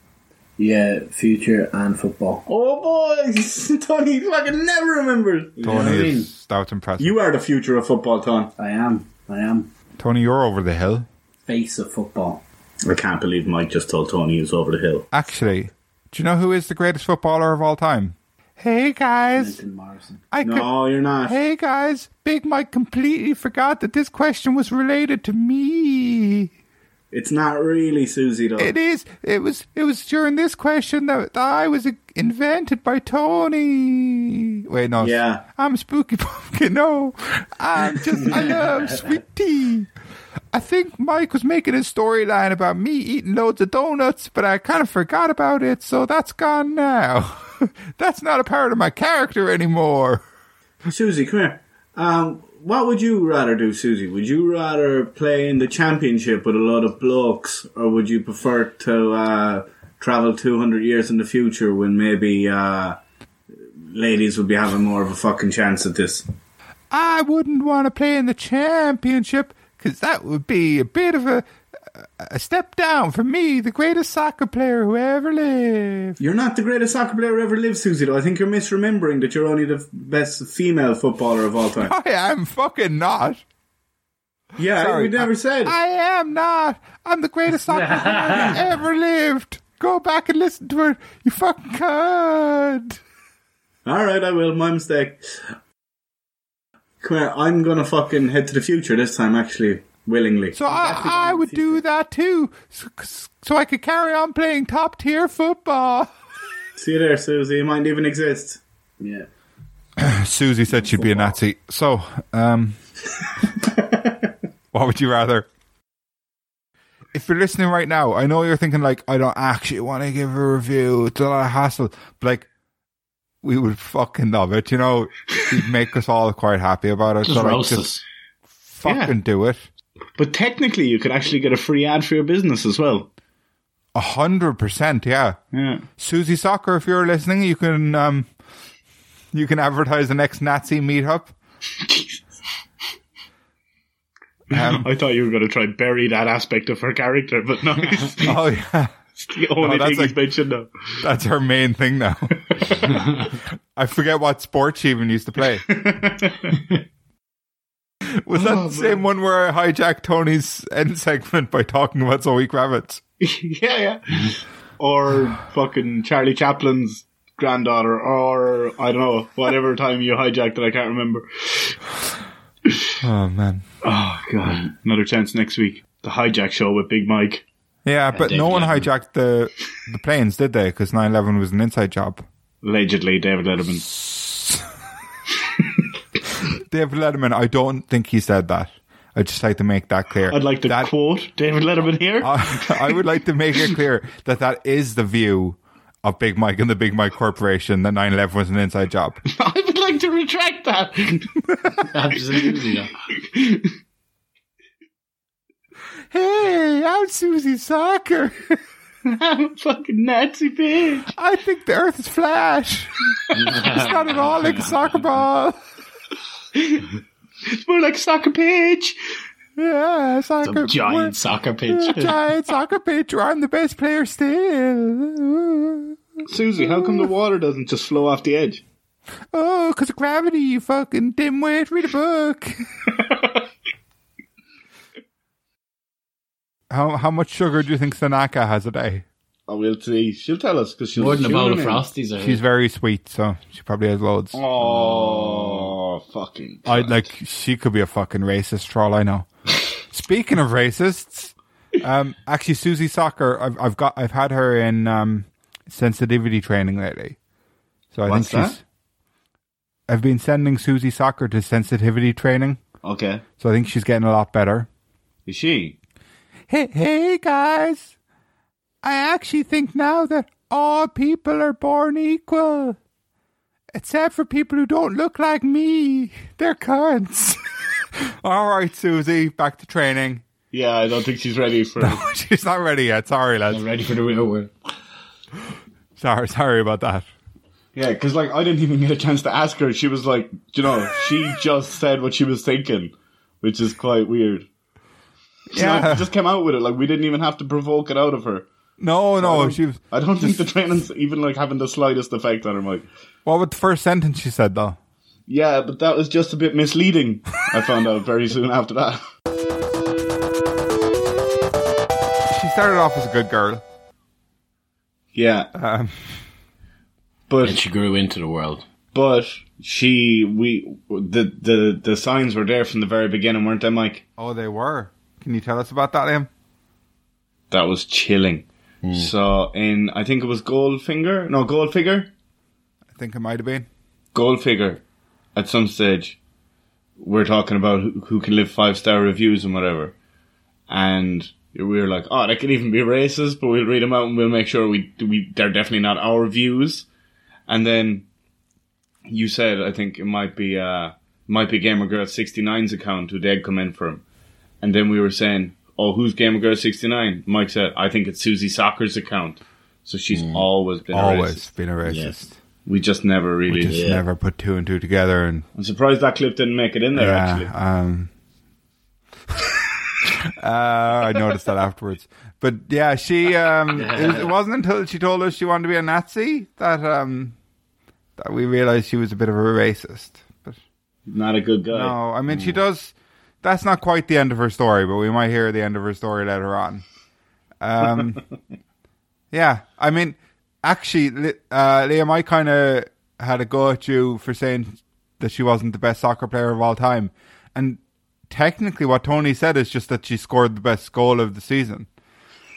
Yeah, future and football. Oh boy, Tony fucking never remembers. You know what I Tony, mean? is, that was impressive. You are the future of football, Tony. I am. I am. Tony, you're over the hill. Face of football. I can't believe Mike just told Tony he was over the hill. Actually, do you know who is the greatest footballer of all time? Hey guys, Lincoln Morrison. I could, No, you're not. hey guys, Big Mike completely forgot that this question was related to me. It's not really Susie though. It is. It was. It was during this question that I was invented by Tony. Wait, no. Yeah. I'm Spooky Pumpkin. No, I'm just. I love sweet tea. I think Mike was making a storyline about me eating loads of donuts, but I kind of forgot about it, so that's gone now. that's not a part of my character anymore. Susie, come here. Um, what would you rather do, Susie? Would you rather play in the championship with a lot of blokes, or would you prefer to uh, travel 200 years in the future when maybe uh, ladies would be having more of a fucking chance at this? I wouldn't want to play in the championship because that would be a bit of a a step down for me, the greatest soccer player who ever lived. You're not the greatest soccer player who ever lived, Susie, though. I think you're misremembering that you're only the f- best female footballer of all time. I am fucking not. Yeah, Sorry, we never I- said. I am not. I'm the greatest soccer player who ever lived. Go back and listen to it. You fucking could. All right, I will. My mistake. Come here. I'm gonna fucking head to the future this time, actually, willingly. So I, I would do that too, so, so I could carry on playing top tier football. See you there, Susie. You might even exist. Yeah. Susie said she'd be a Nazi. So, um, what would you rather? If you're listening right now, I know you're thinking like, I don't actually want to give a review. It's a lot of hassle. But like, we would fucking love it. You know, you'd make us all quite happy about it. Just so like, roast just us. fucking do it. But technically, you could actually get a free ad for your business as well. A hundred percent, yeah. Yeah. Susie Soccer, if you're listening, you can um, you can advertise the next Nazi meetup. Um, I thought you were going to try and bury that aspect of her character, but no. It's oh yeah, the only that's thing like- he's mentioned now. that's her main thing now. I forget what sport she even used to play. Was that Oh, the same one where I hijacked Tony's end segment by talking about Zoe Kravitz? yeah, yeah. Or fucking Charlie Chaplin's granddaughter, or I don't know, whatever time you hijacked it, I can't remember. Oh man, Oh, God. Another chance next week. The hijack show with Big Mike. yeah, but no one hijacked the the planes, did they? Because 9-11 was an inside job. Allegedly, David Letterman. David Letterman, I don't think he said that. I'd just like to make that clear. I'd like to that, quote David Letterman here. Uh, I, I would like to make it clear that that is the view of Big Mike and the Big Mike Corporation that 9/11 was an inside job. I would like to retract that. Absolutely. yeah. Hey, I'm Susie Soccer. I'm a fucking Nazi bitch. I think the Earth is flat. It's not at all like a soccer ball. It's more like soccer pitch. Yeah, soccer. Some giant soccer pitch. we're a giant soccer pitch. where I'm the best player still. Susie, how come the water doesn't just flow off the edge? Oh, because of gravity, you fucking dimwit. Read a book. how how much sugar do you think Sanaka has a day? Oh, we'll see. She'll tell us because she'll More than a bowl of tune in. frosties. I She's heard. very sweet, so she probably has loads. Oh, fucking! I'd like she could be a fucking racist troll. I know. Speaking of racists, um, actually, Susie Soccer, I've, I've got, I've had her in um, sensitivity training lately. So I What's think she's. I've been sending Susie Soccer to sensitivity training, Okay, so I think she's getting a lot better. is she? Hey, hey guys! I actually think now that all people are born equal. Except for people who don't look like me. They're cunts. all right, Susie, back to training. Yeah, I don't think she's ready for. She's not ready yet. Sorry, lads. I'm ready for the real world. Sorry, sorry about that. yeah, because like I didn't even get a chance to ask her. She was like, you know, she just said what she was thinking, which is quite weird. Yeah, Yeah. just came out with it. Like we didn't even have to provoke it out of her. No, no, don't- she was. I don't think the training's even like having the slightest effect on her, Mike. What was the first sentence she said, though? Yeah, but that was just a bit misleading. I found out very soon after that. She started off as a good girl. Yeah, Um, but And she grew into the world. but she we the the the signs were there from the very beginning, weren't they, Mike? oh, they were. Can you tell us about that, Liam? That was chilling. So in I think it was Goldfinger, no Goldfinger, I think it might have been. Goldfinger. At some stage, we're talking about who, who can live five star reviews and whatever, and we were like, oh, that could even be racist, but we'll read them out and we'll make sure we we they're definitely not our views. And then you said I think it might be uh might be Gamer Girl 69's account who they'd come in from. And then we were saying, Oh, who's Gamer Girl 69? Mike said, I think it's Susie Soccer's account. So she's always been a racist. Mm. Always been a racist. We just never really Just never put two and two together and I'm surprised that clip didn't make it in there actually. Um, uh, I noticed that afterwards, but yeah, she. Um, it, was, it wasn't until she told us she wanted to be a Nazi that um, that we realized she was a bit of a racist. But Not a good guy. no, I mean she does. That's not quite the end of her story, but we might hear the end of her story later on. Um, yeah, I mean, actually, Li- uh, Liam, I kind of had a go at you for saying that she wasn't the best soccer player of all time. And technically, what Tony said is just that she scored the best goal of the season.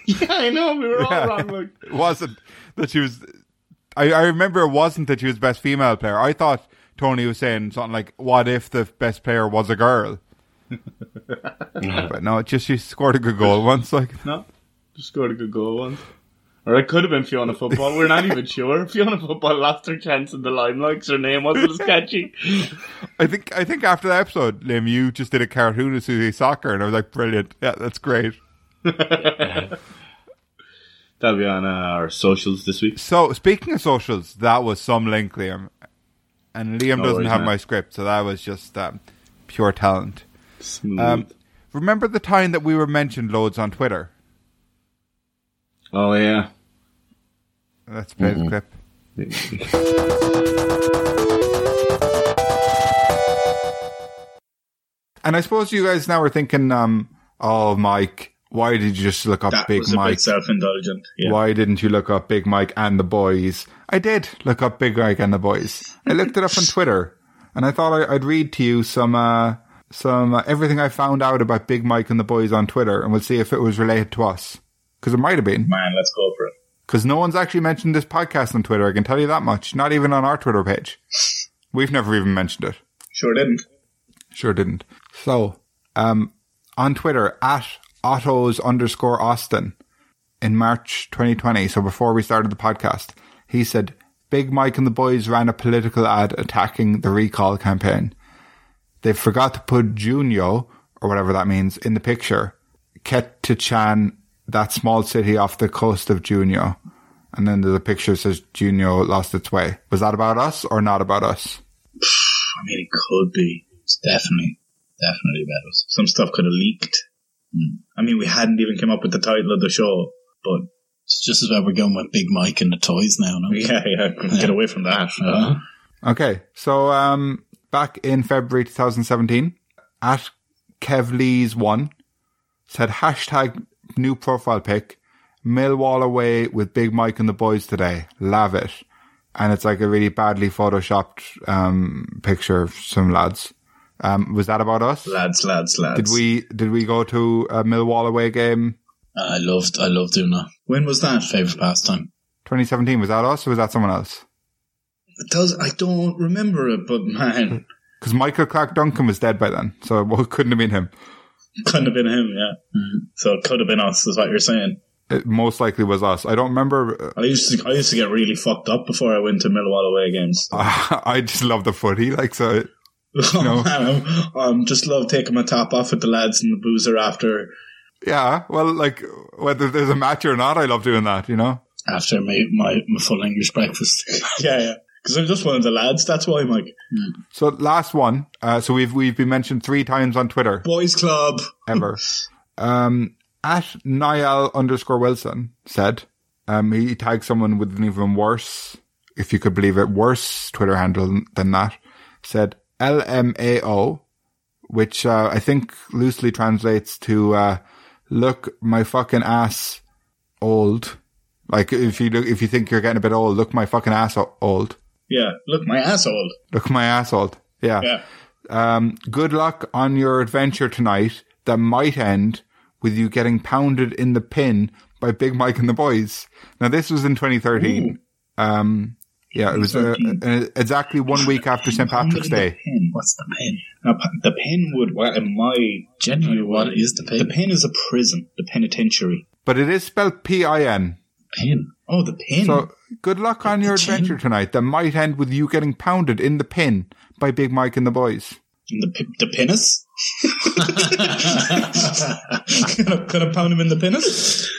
Yeah, I know. We were all Yeah. wrong. Like, It wasn't that she was. I, I remember it wasn't that she was best female player. I thought Tony was saying something like, "What if the best player was a girl?" but no, it's just she scored a good goal once. Like no, just scored a good goal once. Or it could have been Fiona Football. We're not even sure. Fiona Football lost her chance in the limelight. 'cause Her name wasn't as catchy. I think I think after that episode, Liam, you just did a cartoon of Susie Soccer, and I was like, "Brilliant! Yeah, that's great." That'll be on uh, our socials this week. So speaking of socials, that was some link, Liam, and Liam No doesn't worries, have man. my script, so that was just um, pure talent. Smooth. Um, remember the time that we were mentioned loads on Twitter? oh yeah. Let's play the clip. And I suppose you guys now are thinking, um, "Oh, Mike, why did you just look up That Big was a Mike?" bit self-indulgent. Yeah. Why didn't you look up Big Mike and the boys? I did look up Big Mike and the boys. I looked it up on Twitter, and I thought I- I'd read to you some uh, some uh, everything I found out about Big Mike and the boys on Twitter, and we'll see if it was related to us because it might have been. Man, let's go for it. Because no one's actually mentioned this podcast on Twitter. I can tell you that much. Not even on our Twitter page. We've never even mentioned it. Sure didn't. Sure didn't. So, um, on Twitter at Otto's underscore Austin in March 2020. So before we started the podcast, he said Big Mike and the boys ran a political ad attacking the recall campaign. They forgot to put Junio or whatever that means in the picture. Ketachan, that small city off the coast of Junio. And then the picture says Junio lost its way. Was that about us or not about us? I mean, it could be. It's definitely, definitely about us. Some stuff could have leaked. Hmm. I mean, we hadn't even come up with the title of the show, but It's just as well we're going with Big Mike and the toys now. No? yeah, yeah, get away from that. Uh-huh. Okay, so um, back in February 2017, at Kevlees one said hashtag new profile pic, Millwall away with Big Mike and the boys today. Love it, and it's like a really badly photoshopped um picture of some lads. Um, was that about us? Lads, lads, lads. Did we did we go to a Millwall away game? I loved, I loved doing that. When was that? Favorite pastime. 2017 was that us or was that someone else? It does. I don't remember it, but man, Because Michael Clark Duncan was dead by then, so it couldn't have been him. couldn't have been him. Yeah. Hmm. So it could have been us, is what you're saying. It most likely was us. I don't remember I used to, I used to get really fucked up before I went to Millwall away games. I just love the footy, like so. You know, Man, I'm, I'm Um, just love taking my top off with the lads and the boozer after yeah. Well, like whether there's a match or not, I love doing that. You know, After my, my, my full English breakfast. yeah, yeah. Because I'm just one of the lads. That's why, Mike. So last one. Uh, so we've we've been mentioned three times on Twitter Boys Club. ever. um, at Niall underscore Wilson said, um, he tagged someone with an even worse, if you could believe it, worse Twitter handle than that. Said LMAO, which uh, I think loosely translates to uh, "Look my fucking ass old." Like if you look, if you think you're getting a bit old, look my fucking ass o- old. Yeah, look, my asshole. Look my ass old. Yeah. Yeah. Um, good luck on your adventure tonight that might end with you getting pounded in the pin by Big Mike and the boys. Now, this was in 2013. Um, yeah, it was uh, uh, exactly one week after St. Patrick's Day. Pin. What's the pin? Now, p- the pin would, well, in my genuine what is the pin? The pin is a prison, the penitentiary. But it is spelled P-I-N. Pin. Oh, the pin. So good luck on your adventure tonight that might end with you getting pounded in the pin by Big Mike and the boys. the, pi- the penis? gonna, gonna pound him in the penis?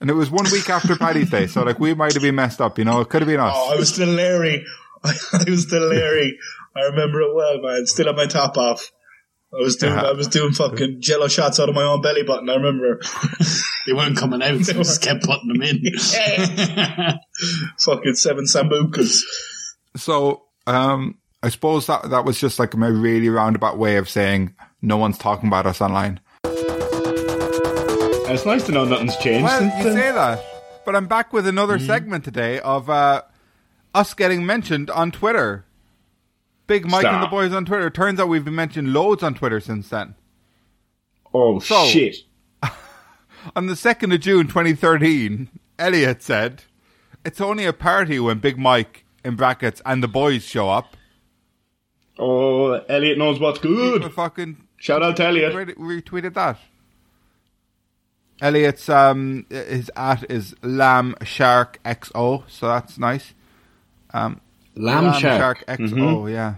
And it was one week after Paddy's Day, so like we might have been messed up, you know. It could have been us. Oh, I was still Larry. I, was still Larry. I remember it well, man. Still had my top off. I was doing, Uh-huh. I was doing fucking jello shots out of my own belly button. I remember. They weren't coming out, so I just kept putting them in. fucking seven sambucas. So, um, I suppose that that was just like my really roundabout way of saying no one's talking about us online. It's nice to know nothing's changed Well, since you then. Mm-hmm. say that, but I'm back with another segment today of uh, us getting mentioned on Twitter. Big Mike and the Stop. boys on Twitter. Turns out we've been mentioned loads on Twitter since then. Oh So- shit! On the 2nd of June 2013, Elliot said, It's only a party when Big Mike, in brackets, and the boys show up. Oh, Elliot knows what's good. Fucking Shout out to Elliot. Retweeted, retweeted that. Elliot's um his at is Lamb Shark XO, so that's nice. Um, Lamb Shark. XO, Mhm. yeah.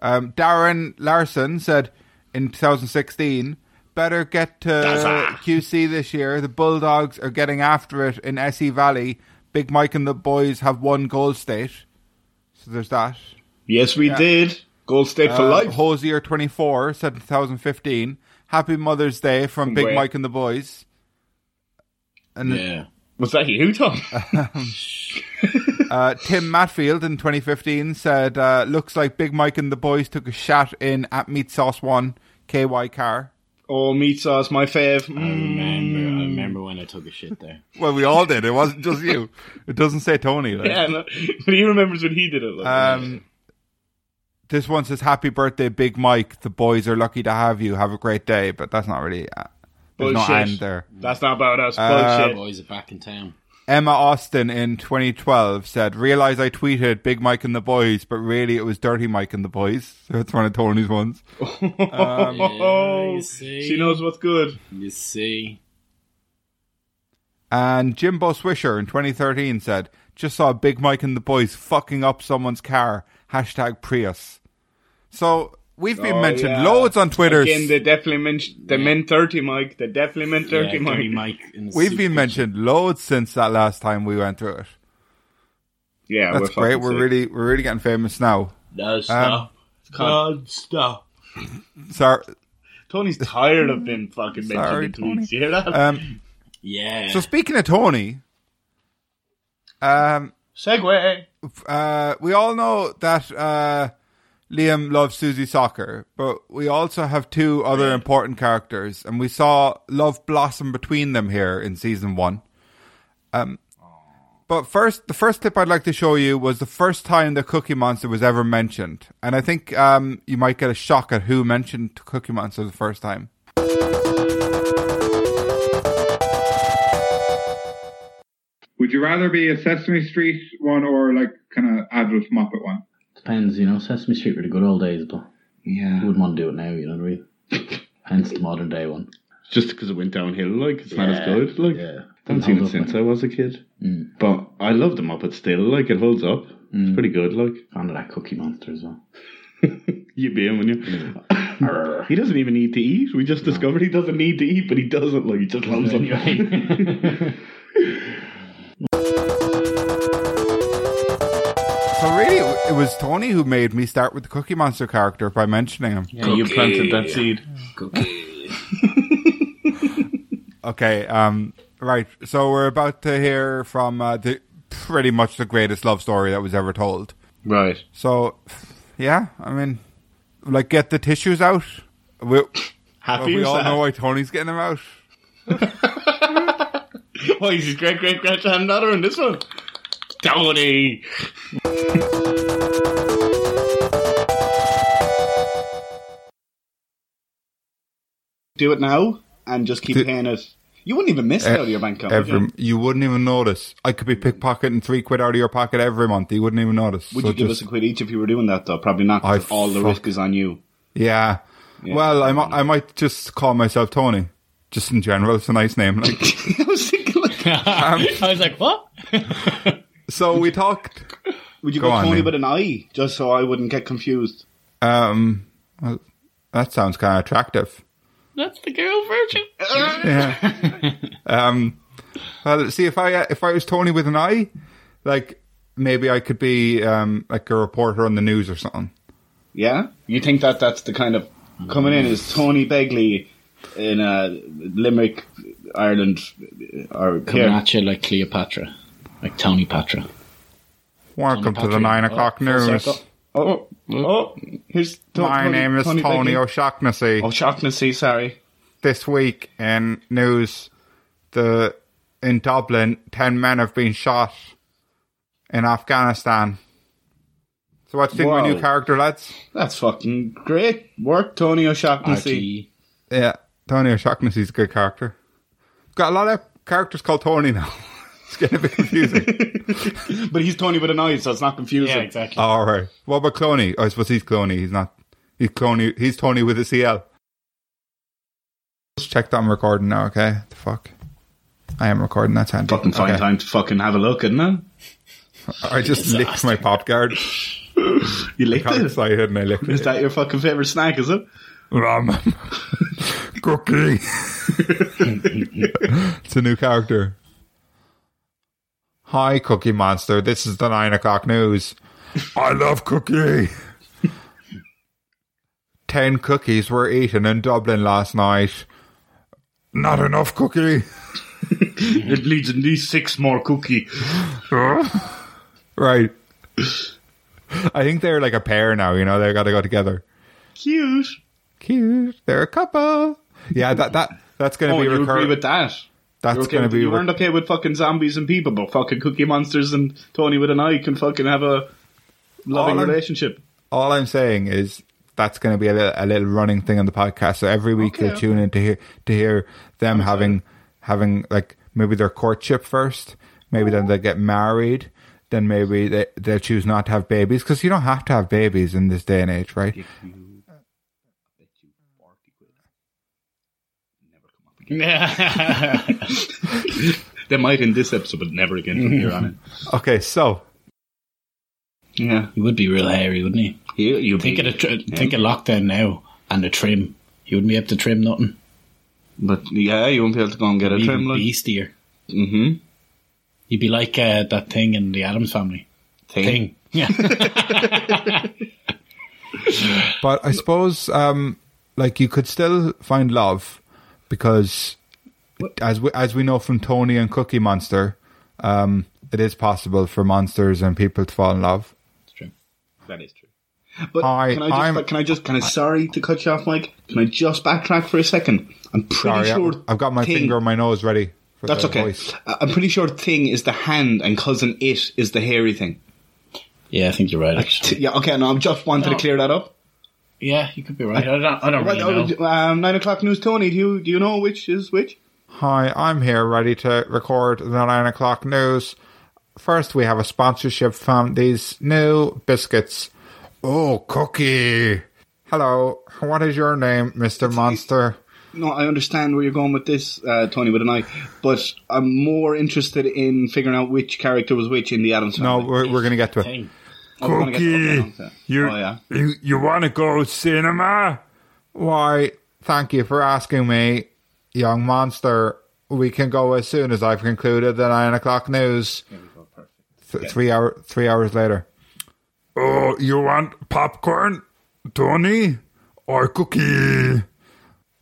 Um, Darren Larson said in 2016, "Better get to Dazza. QC this year. The Bulldogs are getting after it in SE Valley. Big Mike and the boys have one goal state, so there's that." Yes, we Yeah. did. Gold State for Uh, life. Hosier24 said 2015. Happy Mother's Day from From Big where? Mike and the boys. And Yeah. Was that you, Tom? uh, Tim Matfield in 2015 said, uh, looks like Big Mike and the boys took a shot in at Meat Sauce 1 KY car. Oh, meat sauce, my fave. Mm. I remember. I remember when I took a shit there. Well, we all did. It wasn't just you. It doesn't say Tony. Like. Yeah, no, but he remembers when he did it. Like, Um, this one says, "Happy birthday, Big Mike. The boys are lucky to have you. Have a great day." But that's not really. Uh, there's Bullshit. no end there. That's not about us. Uh, Bullshit. Boys are back in town. Emma Austin in 2012 said, "Realize I tweeted Big Mike and the boys, but really it was Dirty Mike and the boys." So it's one of Tony's ones. Um, Yeah, you Oh, she knows what's good. You see. And Jimbo Swisher in 2013 said, "Just saw Big Mike and the boys fucking up someone's car." Hashtag Prius. So we've been Oh, mentioned yeah. loads on Twitter. Again, they definitely mentioned. They meant thirty, Mike. They definitely meant thirty, Yeah, dirty Mike. We've been mentioned loads since that last time we went through it. Yeah, that's we're great. fucking We're sick. really we're really getting famous now. Um, No stop. God, stop. Sorry, Tony's tired of being fucking mentioned Sorry, in tweets. Tony. You hear that? Um, yeah. So speaking of Tony, um, segue. Uh, we all know that uh, Liam loves Susie Soccer, but we also have two other important characters, and we saw love blossom between them here in season one. Um, but first, the first clip I'd like to show you was the first time the Cookie Monster was ever mentioned, and I think um, you might get a shock at who mentioned Cookie Monster the first time. Would you rather be a Sesame Street one or like kind of Adolf Muppet one? Depends, you know, Sesame Street were the good old days, but yeah, wouldn't want to do it now, you know what I mean? Hence the modern day one. Just because it went downhill, like it's not as Yeah, good. Like I haven't seen it since I was a kid. Mm. But I love the Muppet still. Like it holds up. It's pretty good. Like Fan of that Cookie Monster as well. you be him, wouldn't you? he doesn't even need to eat. We just discovered he doesn't need to eat, but he doesn't. Like he just loves them. So really, it was Tony who made me start with the Cookie Monster character by mentioning him. Okay, um, right. So we're about to hear from uh, the pretty much the greatest love story that was ever told. Right. So, yeah, I mean, like, get the tissues out. We, Happy we is all that? know why Tony's getting them out. Why is his great great grandson not in this one? Tony. Do it now and just keep paying it. You wouldn't even miss it out of your bank account. would every, you? you wouldn't even notice. I could be pickpocketing three quid out of your pocket every month. You wouldn't even notice. Would So you give just- us a quid each if you were doing that though? Probably not. 'cause all the risk is on you. Yeah. Well, I, mi- I might just call myself Tony. Just in general, it's a nice name. Like, I was thinking like, Um, I was like, what? so we talked. Would you Go go, on, Tony then. with an I just so I wouldn't get confused? um, well, that sounds kind of attractive. That's the girl version. yeah. um, well, see if I if I was Tony with an eye, like maybe I could be um like a reporter on the news or something. Yeah, you think that that's the kind of coming in is Tony Begley in uh, Limerick, Ireland, uh, or Coming here. at you like Cleopatra, like Tony Patra. Welcome to the Patrick. nine o'clock Oh, full news. circle. Oh, oh, here's Tony. Oh, My name is Tony, Begley. O'Shaughnessy. O'Shaughnessy, sorry. This week in news, the in Dublin, ten men have been shot. in Afghanistan. So, what do you think of my Whoa. new character, lads? That's fucking great work, Tony E. O'Shaughnessy. Yeah, Tony O'Shaughnessy's a good character. Got a lot of characters called Tony now. it's getting a bit confusing. But he's Tony with an eye, so it's not confusing. Yeah, exactly. All right. What about Cloney? I suppose he's Cloney. He's not. He's Cloney. He's Tony with a CL. Let's check that I'm recording now. Okay. The fuck. I am recording. That's handy. Fucking find Okay. time to fucking have a look, isn't it? I just licked my pop guard. you licked I got it? excited and I licked Is it. that your fucking favorite snack? Is it? Rum. Cookie. it's a new character. Hi, Cookie Monster. This is the nine o'clock news. I love Cookie. Ten cookies were eaten in Dublin last night. Not enough cookie. it needs at least six more cookie. right. I think they're like a pair now, you know, they gotta go together. Cute. Cute. They're a couple. Yeah, that that that's gonna oh, be you agree recurrent. with that? That's You're okay gonna with- be You re- weren't okay with fucking zombies and people, but fucking Cookie Monsters and Tony with an eye can fucking have a loving All I'm- relationship. All I'm saying is that's going to be a little, a little running thing on the podcast. So every week Okay. you'll tune in to hear to hear them having having like maybe their courtship first, maybe then they get married, then maybe they they'll choose not to have babies because you don't have to have babies in this day and age, right? they might in this episode, but never again from here on in. Okay, so Yeah, he would be real hairy, wouldn't he? You, you think of the tr- think of lockdown now and the trim. You wouldn't be able to trim nothing. But yeah, you won't be able to go and get a trim, like. Beastier. Mm-hmm. You'd be like uh, that thing in the Adams family. Thing. Yeah. but I suppose um, like you could still find love because as we as we know from Tony and Cookie Monster, um, it is possible for monsters and people to fall in love. That is true. But Hi, can I just I'm- can I just kind of sorry to cut you off, Mike? Can I just backtrack for a second? I'm pretty Sorry, I- sure I've got my Thing- finger on my nose ready. For That's the okay. voice. I- I'm pretty sure thing is the hand and cousin it is the hairy thing. Yeah, I think you're right. T- yeah, okay, no, I just wanted to No. clear that up. Yeah, you could be right. I don't, I don't What- really know. oh, um, nine o'clock news, Tony. Do you do you know which is which? Hi, I'm here ready to record the 9 o'clock news. First, we have a sponsorship from these new biscuits. Oh, Cookie! Hello, what is your name, Mr. Monster? No, I understand where you're going with this, uh, Tony, with an eye. But I'm more interested in figuring out which character was which in the Adams No, family. we're, we're going to get to it. Thing. Oh, we're gonna get- okay, Cookie! okay. You, Oh, yeah. you, you want to go cinema? Why, thank you for asking me, young monster. We can go as soon as I've concluded the 9 o'clock news. Th- three, hour, three hours later. Oh, you want popcorn, Tony, or cookie?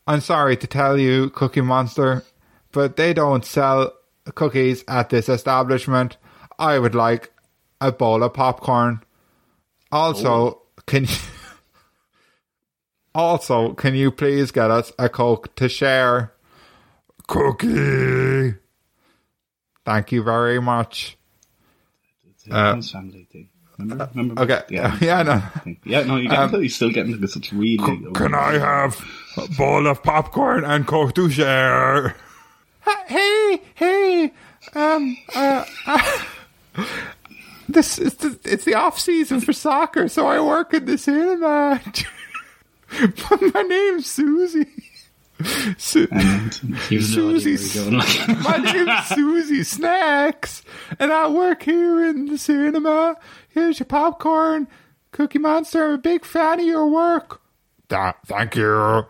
I'm sorry to tell you, Cookie Monster, but they don't sell cookies at this establishment. I would like a bowl of popcorn. Also, can you, also can you please get us a coke to share? Cookie. Thank you very much. Uh, The Addams family thing. Remember? Remember? Okay. Yeah. yeah Um, no. Yeah, no, you can tell he's still getting into such really. Can I have a bowl of popcorn and Coke to share? Hey, hey, um, uh, this is the, it's the off season for soccer, so I work in the cinema. but my name's Susie. Su- Susie's. My name's Susie Snacks, and I work here in the cinema. Here's your popcorn, Cookie Monster. I'm a big fan of your work. That, thank you.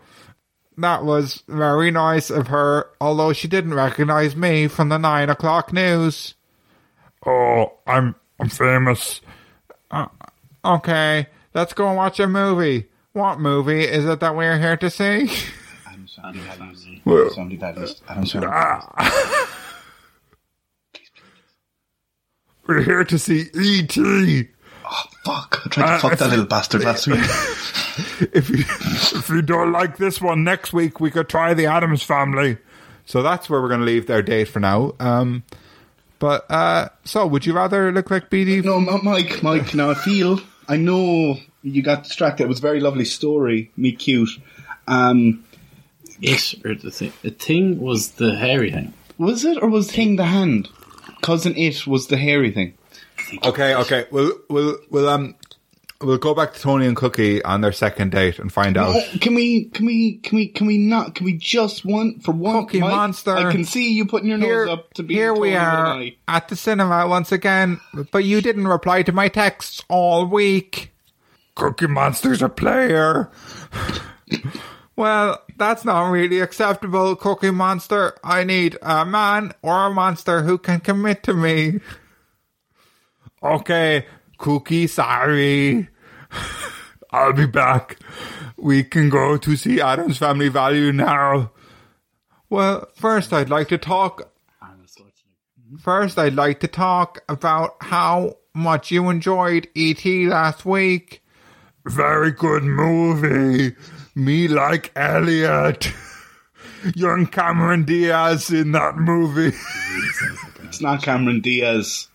That was very nice of her, although she didn't recognize me from the nine o'clock news. Oh, I'm I'm famous. Uh, okay, let's go and watch a movie. What movie is it that we're here to see? Somebody that is Adams family. We're here to see E E.T. Oh, Fuck, I tried to fuck that little bastard last week. if you if you don't like this one next week, we could try the Adams Family. So that's where we're going to leave their date for now. Um, But uh, so, would you rather look like BD? No, Ma- Mike, Mike. Now I feel I know you got distracted. It was a very lovely story. Me cute. Um, yes, or the thing. The thing was the hairy thing. Was it or was thing the hand? Cousin it was the hairy thing. Okay, okay. We'll we'll we'll um we'll go back to Tony and Cookie on their second date and find out. Oh, can we? Can we? Can we? Can we not? Can we just one for one? Cookie Mike, Monster. I can see you putting your Here- nose up to be. Here we Tony are tonight. at the cinema once again, but you didn't reply to my texts all week. Cookie Monster's a player. well, that's not really acceptable, Cookie Monster. I need a man or a monster who can commit to me. Okay, Cookie, sorry. I'll be back. We can go to see Adam's Family Value now. Well, first I'd like to talk. First, I'd like to talk about how much you enjoyed E.T. last week. Very good movie. Me like Elliot. Young Cameron Diaz in that movie. It's not Cameron Diaz.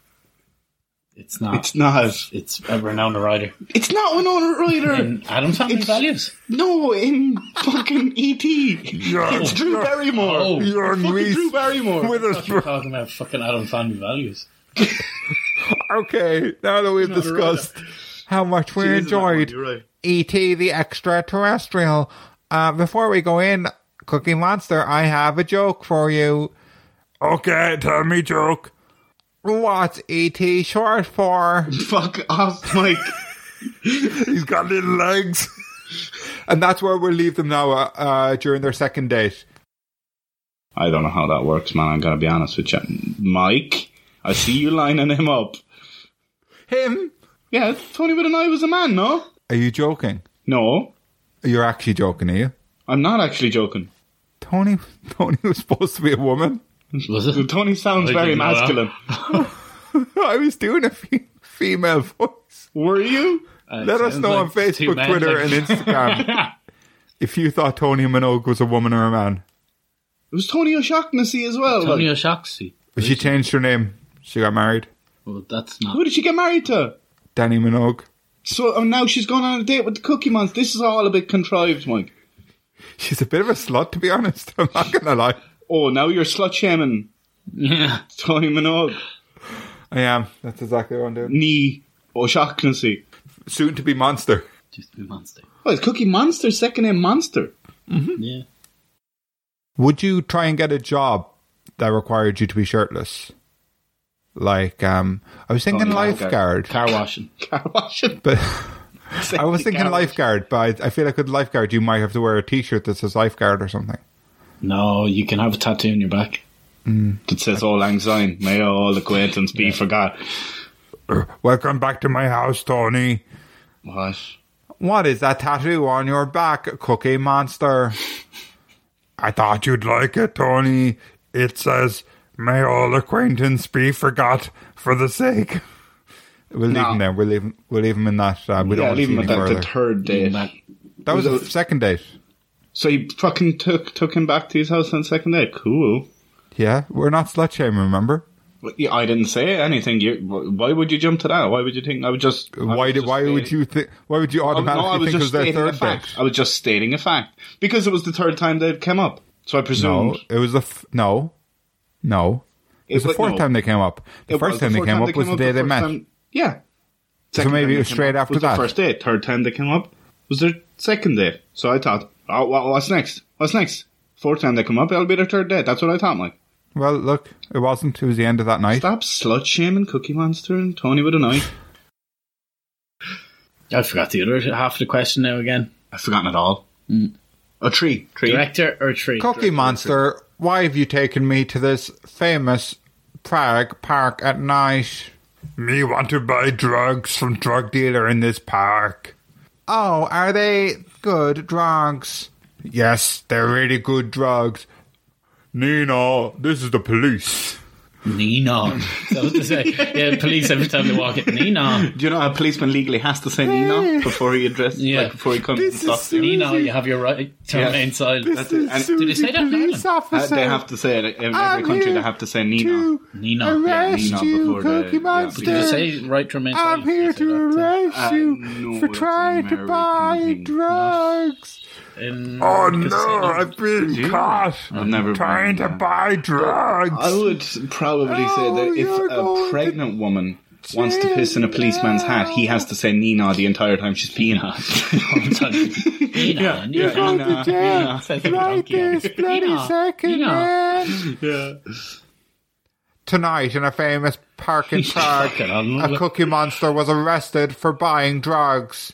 It's not. It's not. It's a renowned writer. It's not Winona Ryder. In Adam's Family Values. No, Oh, in fucking E ET. It's Drew Barrymore. Oh, You're fucking Drew Barrymore. With us, You're talking about fucking Adam's Family Values. okay, now that we've No, they're right. discussed how much we She is in that one, enjoyed you're right. E.T. the Extraterrestrial, uh, before we go in, Cookie Monster, I have a joke for you. Okay, tell me joke. What's E.T. short for? Fuck off, Mike. He's got little legs. and that's where we'll leave them now uh, uh, during their second date. I don't know how that works, man. I'm gonna be honest with you, Mike. I see you lining him up. Him? Yeah, Tony with an eye was a man, no? Are you joking? No. You're actually joking, are you? I'm not actually joking. Tony, Tony was supposed to be a woman. Was it? Tony sounds I very didn't know that. masculine. I was doing a fe- female voice. Were you? Uh, Let us sounds know like on two Facebook, men, Twitter, like- and Instagram if you thought Tony Minogue was a woman or a man. It was Tony O'Shaughnessy as well. Tony like. O'Shaughnessy. But she changed her name. She got married. Well, that's not. Who did she get married to? Danny Minogue. So oh, now she's gone on a date with the Cookie Monster. This is all a bit contrived, Mike. She's a bit of a slut, to be honest. I'm not gonna lie. Oh, now you're slut shaming. Yeah. Tony Minogue. I am. That's exactly what I'm doing. Knee O'Shaughnessy. Soon to be monster. Just be monster. Oh, it's Cookie Monster, second name Monster. Yeah. Would you try and get a job that required you to be shirtless? Like, um, I was thinking Oh, yeah, okay. lifeguard. Car washing. Car washing. But I was thinking lifeguard, but I, I feel like with lifeguard, you might have to wear a T-shirt that says lifeguard or something. No, you can have a tattoo on your back. Hmm. That says all Lang Syne. May all acquaintance be forgot. Welcome back to my house, Tony. What? What is that tattoo on your back, Cookie Monster? I thought you'd like it, Tony. It says, "May all acquaintance be forgot for the sake." We'll leave No. him there. We'll leave. Him, we'll leave him in that. Uh, we don't yeah, want to leave see him at any that. further. The third date. that was the second date. So you fucking took took him back to his house on second date. Cool. Yeah, we're not slut shaming. Remember Well, yeah, I didn't say anything. You, wh- why would you jump to that? Why would you think I would just? I why? was Did, just why would stating- you think? Why would you Oh, automatically no, I was think it just was their stating a third date? fact. I was just stating a fact because it was the third time they've come up. So I presumed. No, it was the f- no, no. It, It was the was- fourth no. time they came up. The It first was time they fourth came up was the day they first met. time- yeah. So Second maybe time it they was came straight up after was that. The first date, third time they came up was their second date. So I thought, oh, wha- what's next? What's next? Fourth time they come up, it'll be their third date. That's what I thought, Mike. Well, look, it wasn't. It was the end of that night. Stop slut shaming Cookie Monster and Tony with a knife. I forgot the other half of the question now again. I've forgotten it all. A tree, tree. Director or tree? Cookie Monster, why have you taken me to this famous Prague park at night? Me want to buy drugs from drug dealer in this park. Oh, are they good drugs? Yes, they're really good drugs. Nina, this is the police. Nina. That was to say, yeah, police every time they walk in. Nina. Do you know how a policeman legally has to say Nina before he addresses? Yeah. Like before he comes This and talks is to you. Nina, you have your right to remain silent. That's it. And- Did they say that? in Ireland? Uh, they have to say it in I'm every country. here They have to say Nina. Nina. Yeah, Nina before the- yeah, Did you say right to remain silent? here to arrest Uh, you no, for it's trying to buy drugs. In- Oh no, because- I've been caught. I've never trying to buy drugs. I would probably say that if a pregnant woman wants to piss in a policeman's hat, he has to say Nina the entire time she's peeing on it. Nina, Nina, Nina, Nina. Right this bloody second, man. Yeah. Tonight, in a famous park in Prague, a cookie monster was arrested for buying drugs.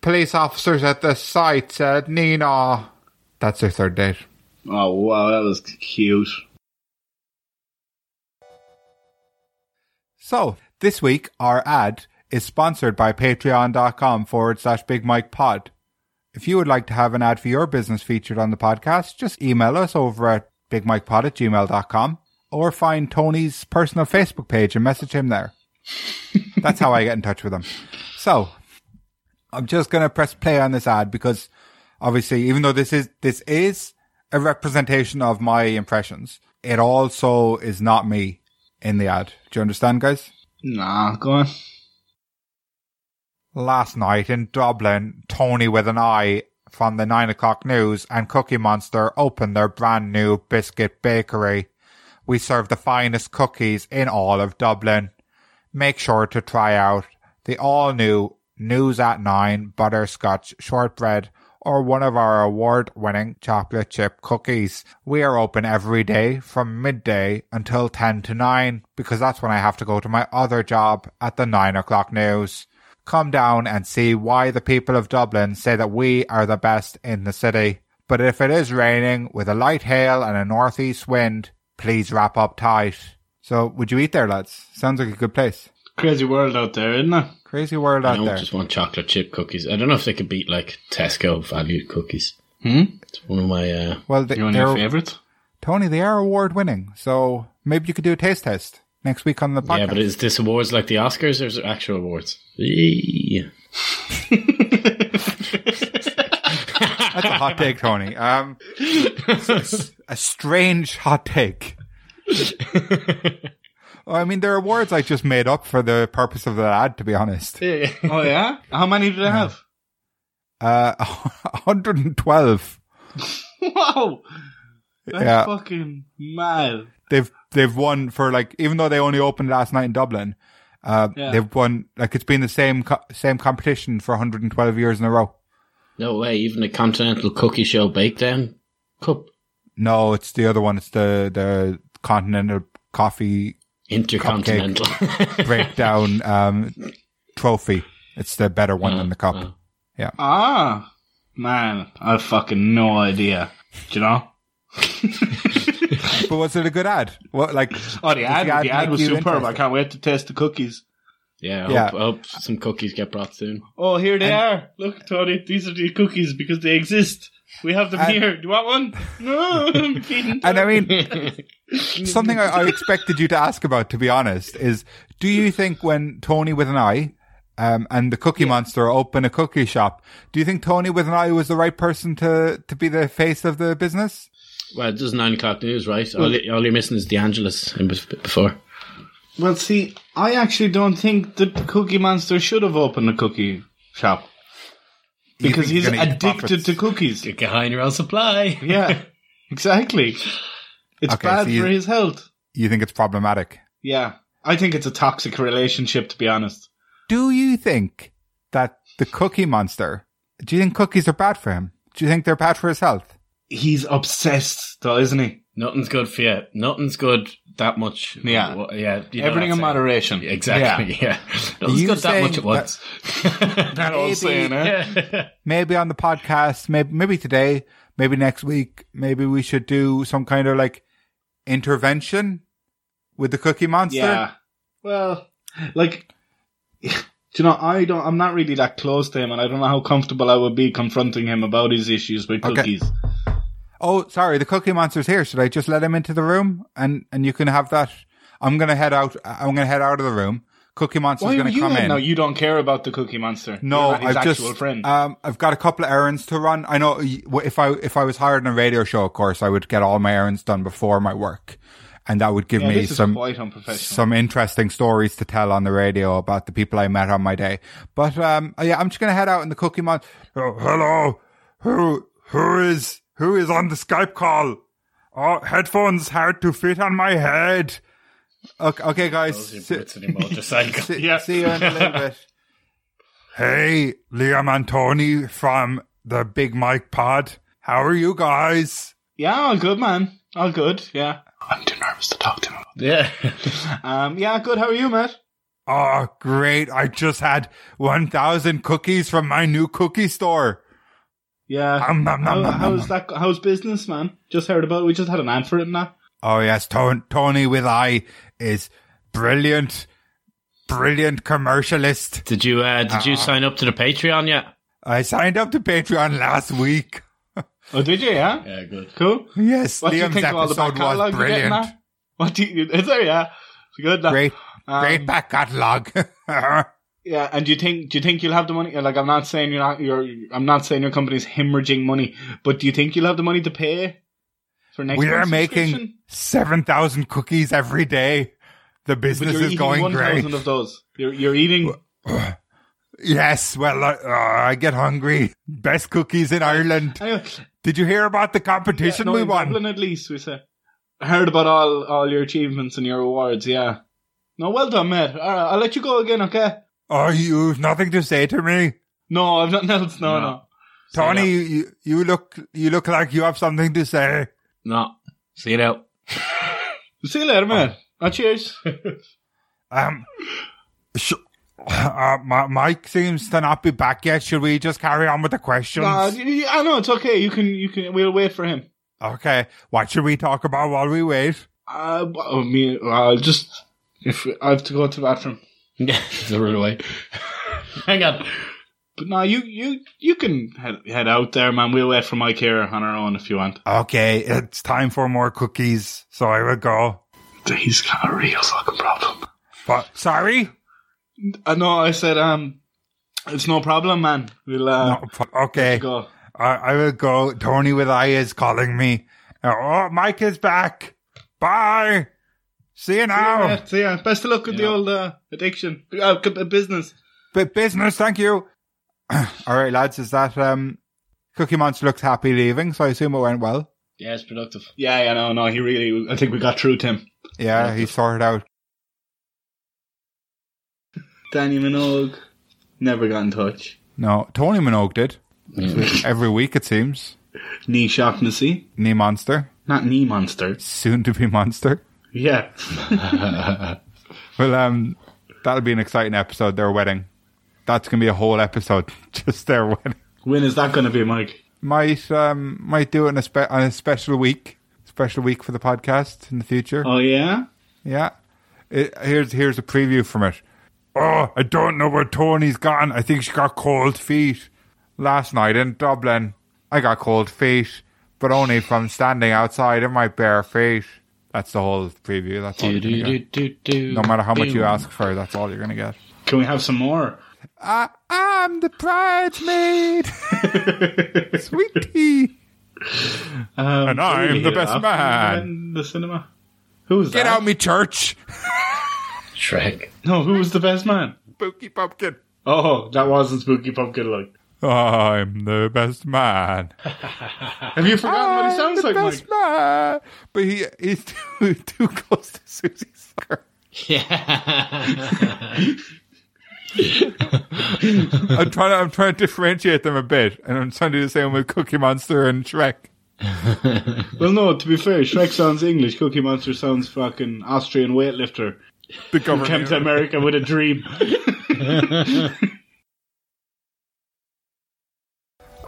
Police officers at the site said, Nina. That's their third date. Oh wow, that was cute. So, this week, our ad is sponsored by patreon.com forward slash big mike pod. If you would like to have an ad for your business featured on the podcast, just email us over at bigmikepod at gmail.com or find Tony's personal Facebook page and message him there. That's how I get in touch with him. So, I'm just going to press play on this ad because obviously, even though this is, this is a representation of my impressions, it also is not me in the ad. Do you understand, guys? Nah, go on. Last night in Dublin, Tony with an eye from the 9 o'clock news and Cookie Monster opened their brand new biscuit bakery. We serve the finest cookies in all of Dublin. Make sure to try out the all new News at 9 butterscotch shortbread or one of our award winning chocolate chip cookies. We are open every day from midday until 10 to 9 because that's when I have to go to my other job at the 9 o'clock news. Come down and see why the people of Dublin say that we are the best in the city. But if it is raining with a light hail and a northeast wind, please wrap up tight. So, would you eat there, lads? Sounds like a good place. Crazy world out there, isn't it? Crazy world I out don't there. just want chocolate chip cookies. I don't know if they could beat like Tesco value cookies. Hmm? It's one of my uh, Well, they, one of they're your favorites. Tony, they are award winning, so maybe you could do a taste test next week on the podcast. Yeah, but is this awards like the Oscars or is it actual awards? Yeah. That's a hot take, Tony. Um, a strange hot take. Well, I mean, there are awards I just made up for the purpose of that ad, to be honest. Oh yeah? How many do they have? Uh, 112. Wow. That's Yeah. fucking mad. They've they've won for like even though they only opened last night in Dublin, uh, Yeah. they've won like it's been the same co- same competition for 112 years in a row. No way, even the Continental Cookie Show Bakedown Cup. No, it's the other one. It's the the continental coffee Intercontinental. cupcake breakdown um, trophy. It's the better one than the cup. Yeah. Ah, man, I fucking no idea. Do you know? but was it a good ad? What like? Oh, does the ad, the ad make was you superb. I interested? can't wait to taste the cookies. Yeah, I, Yeah. Hope, I hope some cookies get brought soon. Oh, here they are. Look, Tony, these are the cookies because they exist. We have them And- here. Do you want one? No, I'm kidding. And I mean, something I, I expected you to ask about, to be honest, is do you think when Tony with an eye um, and the Cookie Monster open a cookie shop, do you think Tony with an eye was the right person to, to be the face of the business? Well, this is 9 o'clock news, right? All, you- all you're missing is DeAngelis in bef- before. Well, see, I actually don't think that the Cookie Monster should have opened a cookie shop You because think he's he's gonna eat the addicted to cookies. Get behind your own supply. yeah, exactly. It's Okay, bad so you- for his health. You think it's problematic? Yeah, I think it's a toxic relationship. To be honest, Do you think that the Cookie Monster, do you think cookies are bad for him? Do you think they're bad for his health? he's obsessed, though, isn't he? Nothing's good for you. Nothing's good that much. Yeah. Well, yeah. you know Everything that in saying. moderation. Exactly. Yeah. Nothing's you good that saying much at once. That Maybe- old saying, eh? maybe on the podcast, maybe maybe today, maybe next week, maybe we should do some kind of like intervention with the Cookie Monster. Yeah. Well, like, do you know, I don't. I'm not really that close to him, and I don't know how comfortable I would be confronting him about his issues with Okay. cookies. Oh, sorry, the Cookie Monster's here. Should I just let him into the room and and you can have that I'm gonna head out. I'm gonna head out of the room. Cookie Monster's Why are gonna you come in. No, you don't care about the Cookie Monster. No, You're not his I've actual just friend. um, I've got a couple of errands to run. I know y- w- if I if I was hired on a radio show, of course, I would get all my errands done before my work, and that would give Yeah, me this is some quite unprofessional. some interesting stories to tell on the radio about the people I met on my day. But um, yeah, I'm just gonna head out in the Cookie Monster. Oh, hello, who who is who is on the Skype call? Oh, headphones hard to fit on my head. Okay, okay guys. See, see- see you in a little bit. Hey, Liam Antoni from the Big Mike Pod. How are you guys? Yeah, all good, man. All good. Yeah. I'm too nervous to talk to him. Yeah. Um, yeah, good. How are you, Matt? Oh, great. I just had 1,000 cookies from my new cookie store. Yeah. Um, nom, nom, How- nom, nom, how's that? How's business, man? Just heard about. We just had an ad for it now. Oh, yes. Ton- Tony with I is brilliant, brilliant commercialist. Did you, uh, did Uh-uh. you sign up to the Patreon yet? I signed up to Patreon last week. Oh, did you? Yeah. Yeah, good. Cool. Yes, What do you Liam's think of all the back episode was catalogue you're getting, brilliant. Matt? What do you? Is there? Yeah. It's good. Um, Now. Great. great back catalog. yeah, and do you think do you think you'll have the money? Like, I'm not saying you're not. You're. I'm not saying your company's hemorrhaging money, but do you think you'll have the money to pay for next? We are month's subscription? making 7,000 cookies every day. The But business you're is eating going 1,000 great. of those. You're, you're eating. Yes, well, I, uh, I get hungry. Best cookies in Ireland. Did you hear about the competition no, we in won? Dublin uh, at least we say. I heard about all all your achievements and your awards. Yeah. No, well done, mate. All right, I'll let you go again. Okay. Oh, you've nothing to say to me? No, I've nothing else. No, no. Tony, you, you, you look you look like you have something to say. No. See you out. See you later, man. Oh, cheers. um, sh- uh, Ma- Mike seems to not be back yet. Should we just carry on with the questions? Nah, Uh, you- you- I know it's okay. You can. You can. We'll wait for him. okay. What should we talk about while we wait? Uh, oh, me. I'll just. If I have to go to the bathroom. Yeah, the right way. Hang on. But no, you you you can head, head out there, man. We'll wait for Mike here on our own if you want. Okay, it's time for more cookies, so I will go. He's got a real fucking problem. But sorry. I know. Uh, I said um, it's no problem, man. We'll uh, No pro- Oh, okay. Go. I, I will go. Tony with I is calling me. Uh, Oh, Mike is back. Bye. See you now. Yeah, so yeah, best of luck with the old uh, addiction, uh, c- business. But business, thank you. All right, lads, is that um Cookie Monster looks happy leaving, so I assume it went well. Yeah, it's productive. Yeah, yeah, no, no, he really. I think we got through to him. Yeah, he sorted out. Danny Minogue never got in touch. No, Tony Minogue did. Every week it seems. Knee Shocknessy. Knee Monster. Not Knee Monster. Soon to be Monster. Yeah. Well, um that'll be an exciting episode, their wedding. That's gonna be a whole episode. Just their wedding. when is that going to be, Mike? Might um might do it on a, spe- on a special week. Special week for the podcast in the future. Oh yeah? Yeah. It, here's here's a preview from it. Oh, I don't know where Tony's gone. I think she got cold feet. Last night in Dublin, I got cold feet, but only from standing outside in my bare feet. That's the whole preview. That's all you're gonna get. No matter how much you ask for, that's all you're gonna get. Can we have some more? I, I'm the bridesmaid. Sweetie. Um, And I'm really the hit it best off man. In the cinema. Who was Get that? out me church. Shrek. No, who was the best man? Spooky Pumpkin. Oh, that wasn't Spooky Pumpkin like. I'm the best man. Have you forgotten what he sounds the like, best Mike? man. But he he's too, too close to Susie's skirt. I'm trying to I'm trying to differentiate them a bit, and I'm trying to do the same with Cookie Monster and Shrek. Well, no, to be fair, Shrek sounds English. Cookie Monster sounds fucking Austrian weightlifter. The who government- came to America with a dream.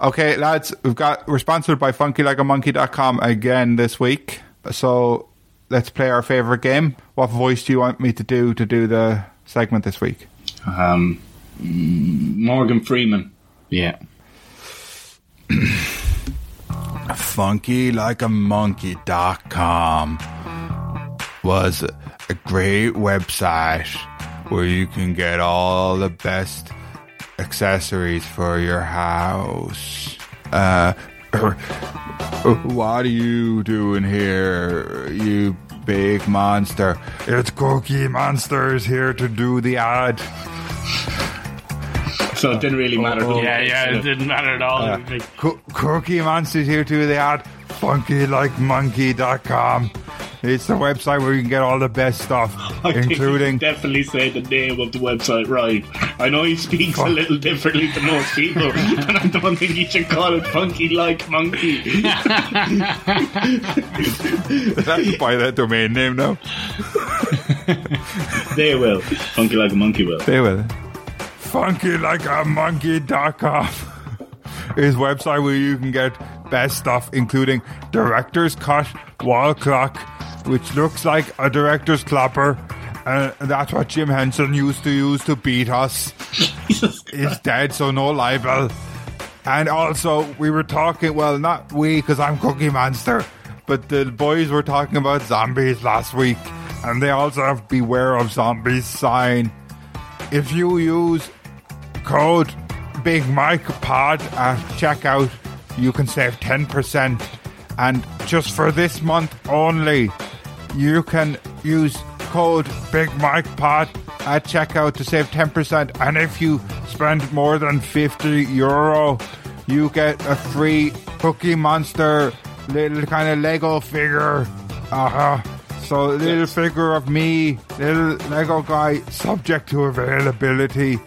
Okay, lads, we've got we're sponsored by FunkyLikeAMonkey.com again this week. So let's play our favorite game. What voice do you want me to do to do the segment this week? Um, Morgan Freeman. Yeah. FunkyLikeAMonkey.com was a great website where you can get all the best accessories for your house. Uh, what are you doing here, you big monster? It's Cookie Monster is here to do the ad. So it didn't really matter. Oh, did yeah, yeah, it didn't matter at all. Uh, Co- Cookie Monster's here to do the ad. FunkyLikeMonkey.com. It's the website where you can get all the best stuff, I think including he definitely say the name of the website right. I know he speaks a little differently to most people, and I don't think he should call it funky like monkey. Does I have to buy that domain name now? they will. Funky like a monkey will. They will. FunkyLikeAMonkey.com is website where you can get best stuff, including director's cut wall clock, which looks like a director's clapper. And that's what Jim Henson used to use to beat us. Is dead, so no libel. And also, we were talking, well, not we, because I'm Cookie Monster, but the boys were talking about zombies last week. And they also have Beware of Zombies sign. If you use code Big Mike Pod at checkout, you can save 10%. And just for this month only, you can use code Big Mike Pod at checkout to save 10%. And if you spend more than 50 euro, you get a free Cookie Monster little kind of Lego figure. Uh huh. So little figure of me, little Lego guy, subject to availability.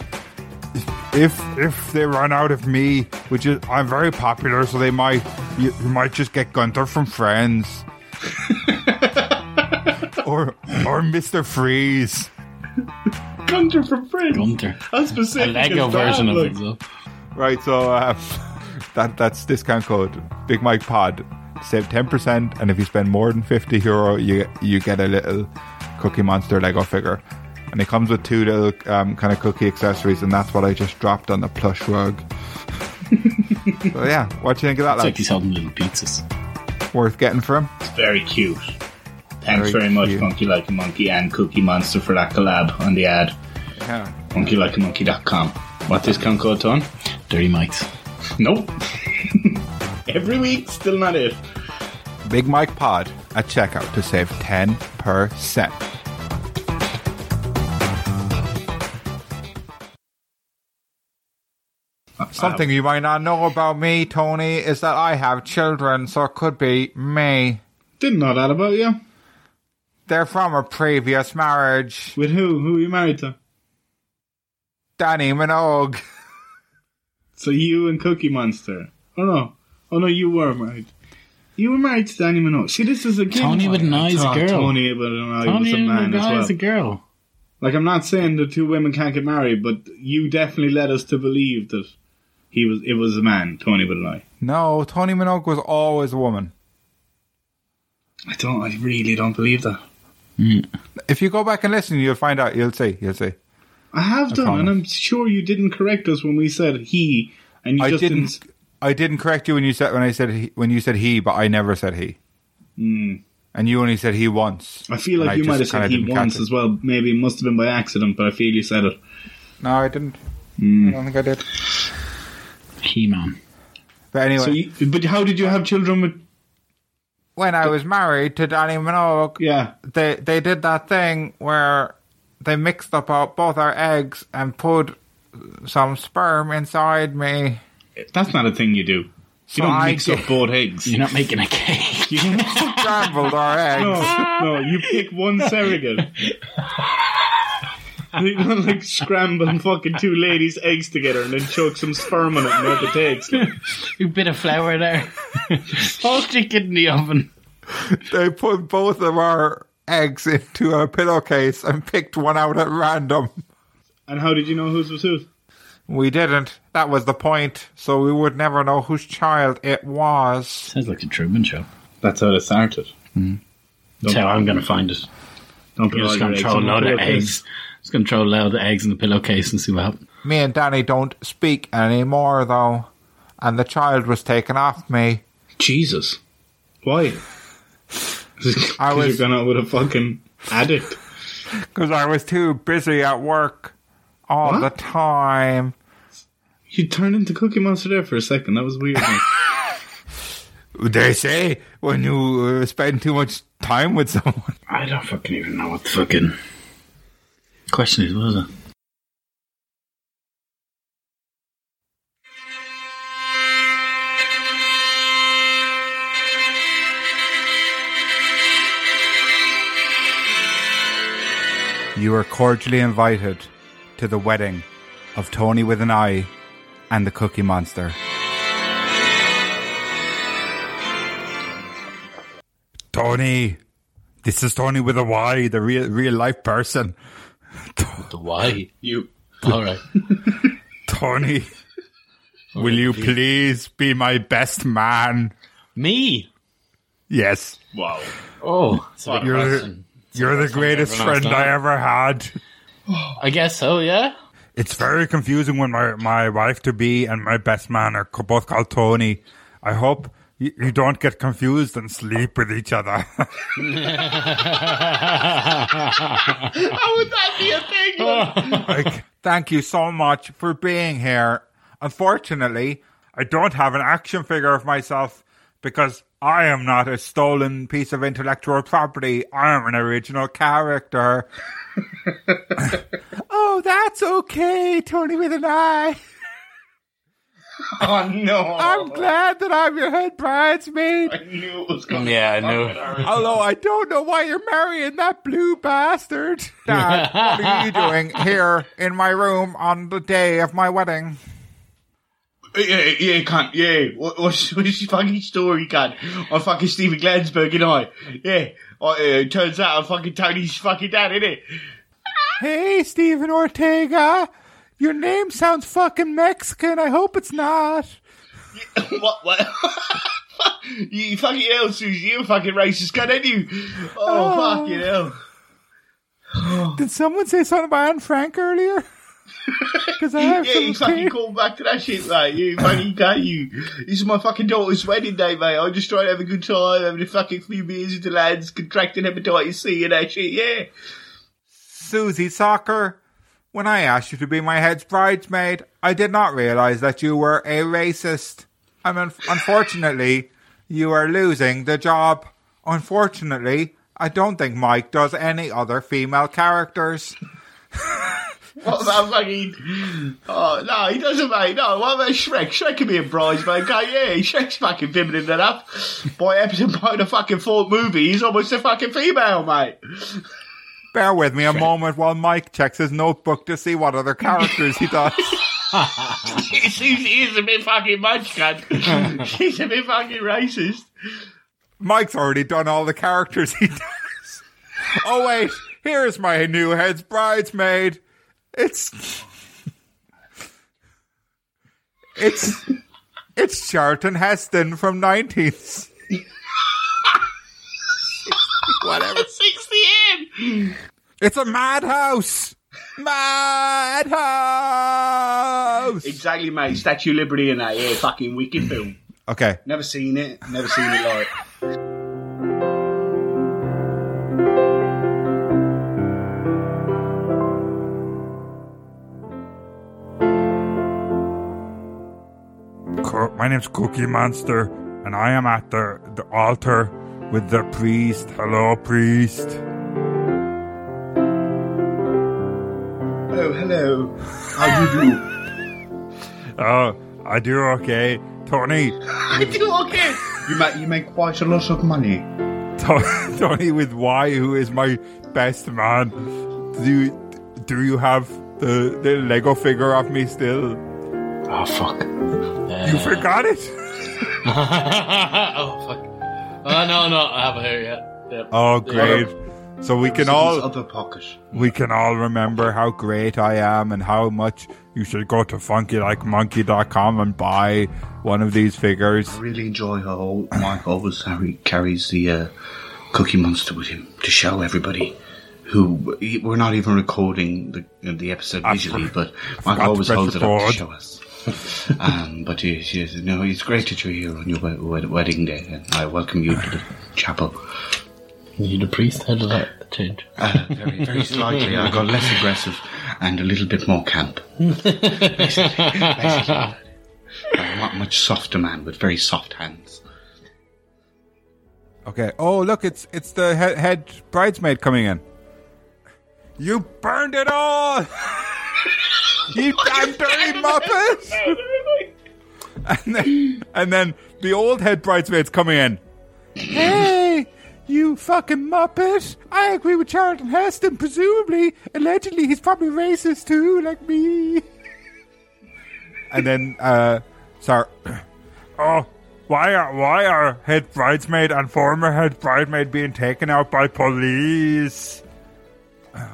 If if they run out of me, which is I'm very popular, so they might you, you might just get Gunther from Friends, or or Mister Freeze. Gunter from Friends. Gunter. How specific is that? Like, Right, so uh, that that's discount code Big Mike Pod. Save ten percent, and if you spend more than fifty euro, you you get a little Cookie Monster Lego figure, and it comes with two little um, kind of cookie accessories, and that's what I just dropped on the plush rug. so yeah, what do you think of that? lad? It's like he's holding little pizzas. Worth getting for him. It's very cute. Thanks Very very, much, cute. Funky Like a Monkey and Cookie Monster for that collab on the ad. Yeah. FunkyLikeAMonkey.com. What discount code, Tom? Dirty Mike's. Nope. Every week, still not it. Big Mike Pod at checkout to save ten percent. Something you might not know about me, Tony, is that I have children, so it could be me. Didn't know that about you. They're from a previous marriage. With who? Who are you married to? Danny Minogue. So you and Cookie Monster. Oh no. Oh no, you were married. You were married to Danny Minogue. See, this is a game. Tony with an eye is a Oh, girl. Tony with an eye Tony was a and man the as guy well. is a girl. Like, I'm not saying the two women can't get married, but you definitely led us to believe that he was it was a man, Tony with an eye. No, Tony Minogue was always a woman. I don't. I really don't believe that. If you go back and listen, you'll find out. You'll see. You'll see. I have I done, promise. and I'm sure you didn't correct us when we said he, and you I just didn't. I didn't correct you when you said when I said he, when you said he, but I never said he. Mm. And you only said he once. I feel like And you might have just said kinda he didn't once catch it. as well. Maybe it must have been by accident, but I feel you said it. No, I didn't. Hmm. I don't think I did. He man. But anyway, So, you, but how did you have children with? when I was married to Danny Minogue, yeah, they they did that thing where they mixed up our, both our eggs and put some sperm inside me. That's not a thing you do. You So don't I mix get- up both eggs. You're not making a cake. You scrambled our eggs. No, no, you pick one surrogate. You don't like scrambling fucking two ladies' eggs together and then choke some sperm on it and hope it takes. Like, A bit of flour there. Whole chicken in the oven. They put both of our eggs into a pillowcase and picked one out at random. and how did you know whose was whose? We didn't. That was the point. So we would never know whose child it was. Sounds like a Truman Show. That's how it started. That's how I'm going to find it. Don't I'm just going to throw a load of eggs. Just going to throw a load of eggs in the pillowcase and see what happens. Me and Danny don't speak anymore, though. And the child was taken off me. Jesus. Why? I was- you're going out with a fucking addict. because I was too busy at work all the time. You turned into Cookie Monster there for a second. That was weird. They say when you uh, spend too much time with someone. I don't fucking even know what the fucking question is, was it? You are cordially invited to the wedding of Tony with an Eye and the Cookie Monster. Tony, this is Tony with a Y, the real real life person. The Y? You. All right. Tony, will you please be my best man? Me? Yes. Wow. Oh, You're, the- you're the greatest friend I ever had. I guess so. Yeah. It's very confusing when my, my wife to be and my best man are co- both called Tony. I hope you, you don't get confused and sleep with each other. How would that be a thing? Like, thank you so much for being here. Unfortunately, I don't have an action figure of myself because I am not a stolen piece of intellectual property. I am an original character. oh, that's okay, Tony with an eye. Oh no! I'm glad that I'm your head bridesmaid. I knew it was going. Yeah, I knew. Although I don't know why you're marrying that blue bastard. Dad, what are you doing here in my room on the day of my wedding? Yeah, yeah, can't. Yeah, what, what's, what's your fucking story, cunt? I'm fucking Stephen Glansberg, and I. Yeah, I, uh, turns out I'm fucking Tony's fucking dad, innit? Hey, Stephen Ortega, your name sounds fucking Mexican. I hope it's not. what? What? you fucking hell, Susie, you fucking racist cunt, ain't you? Oh, Oh. fucking hell. Did someone say something about Anne Frank earlier? Because I have yeah, some you fucking tea- call back to that shit, mate. You fucking can't you. This is my fucking daughter's wedding day, mate. I'm just trying to have a good time, having a fucking few beers with the lads, contracting hepatitis C and that shit, yeah. Susie Soccer, when I asked you to be my head's bridesmaid, I did not realize that you were a racist. I mean, unfortunately, you are losing the job. Unfortunately, I don't think Mike does any other female characters. What about fucking? Oh no, he doesn't, mate. No, what about Shrek? Shrek could be a bridesmaid, okay? Yeah, Shrek's fucking feminine enough. By episode by the fucking fourth movie, he's almost a fucking female, mate. Bear with me a moment while Mike checks his notebook to see what other characters he does. Susie is a bit fucking much, cunt. She's a bit fucking racist. Mike's already done all the characters he does. oh wait, here's my new head's bridesmaid. It's it's it's Charlton Heston from nineties. Whatever. Sixty It's a madhouse. Madhouse. Exactly, mate. Statue of Liberty and that. Yeah, fucking wicked film. Okay. Never seen it. Never seen it like. Co- My name's Cookie Monster, and I am at the, the altar with the priest. Hello, priest. Oh, hello. How do you do? Oh, I do okay. Tony, I do okay. You make you make quite a lot of money. Tony with Y, who is my best man. Do you, do you have the, the Lego figure of me still? Oh fuck! You forgot it. oh fuck! Oh no, no, I haven't heard yet. Yep. Oh, great! So we can Someone's all other pocket. we can all remember how great I am and how much you should go to funkylikemonkey.com and buy one of these figures. really enjoy how Mike always carry- carries the uh, Cookie Monster with him to show everybody who we're not even recording the the episode visually, but forgot Mike to always press holds it up to record. show us. um, but yes, yes, no, it's great that you're here on your wed- wed- wedding day, and I welcome you to the chapel. You need a priest? How did that change? Uh, very, very slightly. I got less aggressive and a little bit more camp. Basically. A mu- much softer man with very soft hands. Okay. Oh, look, it's it's the he- head bridesmaid coming in. You burned it all. you damn dirty muppets! and then and then the old head bridesmaid's coming in. Hey, you fucking muppet! I agree with Charlton Heston. Presumably, allegedly, he's probably racist too, like me. And then uh, sorry. Oh, why are why are head bridesmaid and former head bridesmaid being taken out by police? Have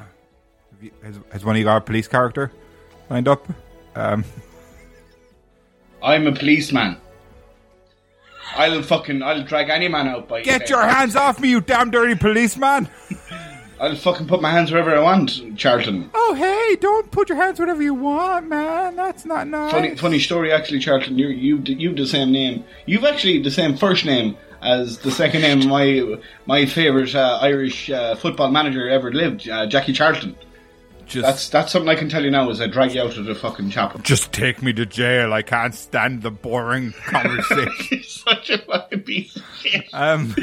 you- Has, has one of you got a police character lined up? Um, I'm a policeman. I'll fucking I'll drag any man out by Get your hands off me, you damn dirty policeman! I'll fucking put my hands wherever I want, Charlton. Oh, hey, don't put your hands wherever you want, man. That's not nice. Funny, funny story, actually, Charlton. You, you, you've the same name. You've actually the same first name as the second name of my my favorite uh, Irish uh, football manager ever lived, uh, Jackie Charlton. that's that's something I can tell you now. Is I drag you out of the fucking chapel. Just take me to jail. I can't stand the boring conversation. Such a fucking piece of shit. um,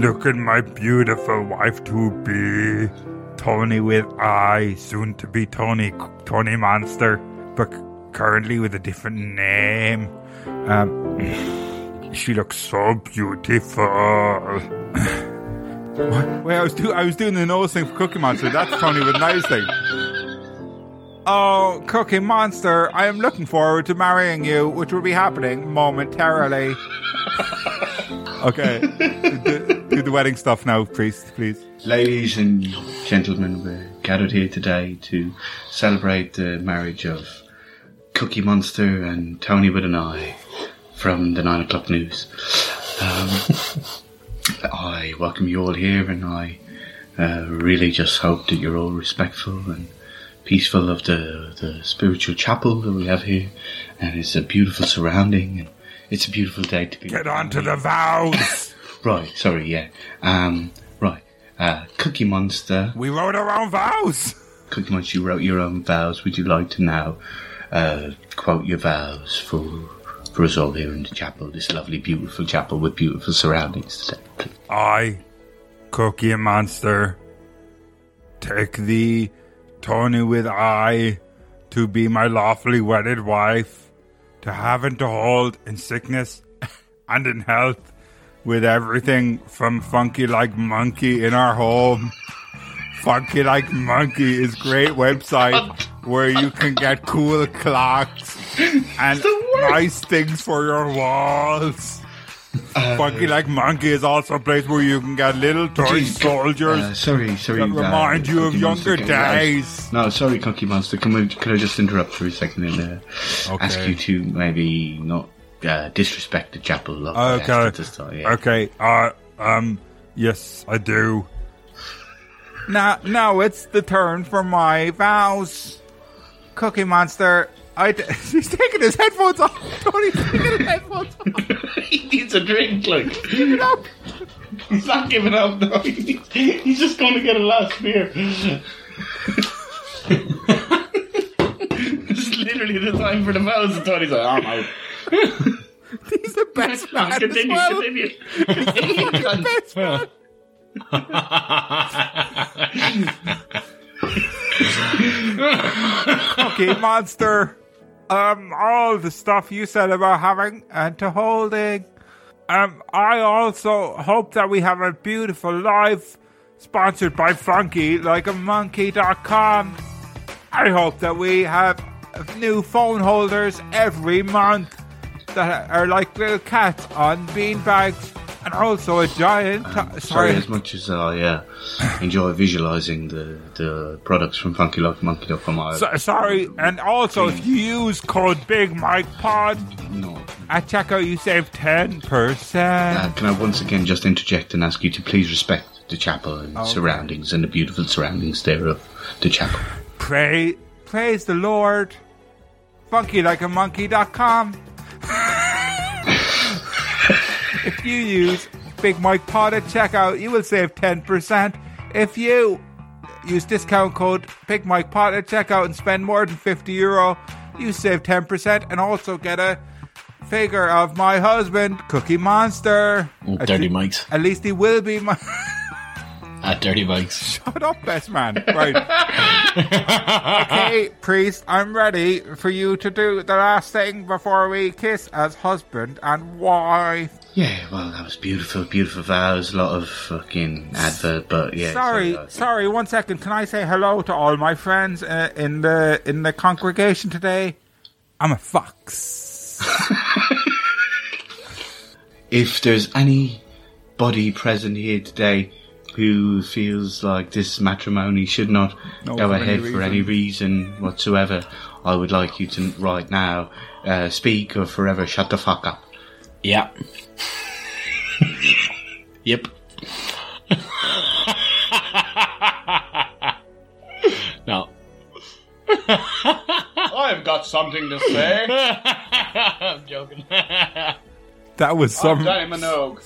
Look at my beautiful wife to be, Tony with I, soon to be Tony Tony Monster, but currently with a different name. Um, she looks so beautiful. What? Wait, I was do- I was doing the nose thing for Cookie Monster. That's Tony with nose thing. Oh, Cookie Monster, I am looking forward to marrying you, which will be happening momentarily. okay. do, do the wedding stuff now, priest, please. Ladies and gentlemen, we're gathered here today to celebrate the marriage of Cookie Monster and Tony with an Eye from the Nine O'Clock News. Um, I welcome you all here and I uh, really just hope that you're all respectful and peaceful of the, the spiritual chapel that we have here. And it's a beautiful surrounding and it's a beautiful day to be. Get on to the vows! Right, sorry, yeah. Um, right, uh, Cookie Monster. We wrote our own vows! Cookie Monster, you wrote your own vows. Would you like to now uh, quote your vows for for us all here in the chapel, this lovely, beautiful chapel with beautiful surroundings today? I, Cookie Monster, take thee, Tony with I, to be my lawfully wedded wife, to have and to hold in sickness and in health, with everything from funky like monkey in our home. Funky Like Monkey is great website where you can get cool clocks and nice things for your walls. Uh, Funky Like Monkey is also a place where you can get little toy soldiers. Uh, sorry, sorry. uh, That remind you of Cookie Monster, younger can I- days. No, sorry, Cookie Monster. Can, we, can I just interrupt for a second and uh, Okay. ask you to maybe not uh, disrespect the chapel? of Okay. Esther to start, yeah. Okay. Uh, um. Yes, I do. Now, now it's the turn for my vows. Cookie Monster. I d- he's taking his headphones off. Tony's taking his headphones off. he needs a drink, like. Give it up. He's not giving up, though. He's just going to get a last beer. it's literally the time for the vows, and Tony's like, "Oh, I'm out. He's the best man. as Continue, well. continue. He's the best man. okay, monster. Um, all the stuff you said about having and to holding. Um, I also hope that we have a beautiful life sponsored by Funky Like a Monkey.com. I hope that we have new phone holders every month that are like little cats on beanbags and also a giant. sorry, Sorry, as much as I uh, enjoy visualizing the, the products from funkylovemonkey.com, I, So, sorry, and also if you use code Big Mike Pod at checkout, you save ten percent. uh, can I once again just interject and ask you to please respect the chapel and Okay. surroundings and the beautiful surroundings thereof, the chapel. Pray, praise the Lord. FunkyLikeAMonkey.com. if you use Big Mike Pod at checkout. You will save 10% if you use discount code Big Mike Pod at checkout and spend more than 50 euro. You save 10% and also get a figure of my husband, Cookie Monster. Mm, At Dirty le- Mike's. At least he will be my. At Dirty Bikes. Shut up, best man. Right. okay, priest, I'm ready for you to do the last thing before we kiss as husband and wife. Yeah, well, that was beautiful, beautiful vows. A lot of fucking advert, but yeah. uh, sorry, sorry, One second. Can I say hello to all my friends uh, in the in the congregation today? I'm a fox. If there's anybody present here today who feels like this matrimony should not No, go for ahead any for any reason whatsoever, I would like you to right now uh, speak or forever shut the fuck up. Yeah. yep. no. I've got something to say. I'm joking. That was some Danny Minogue.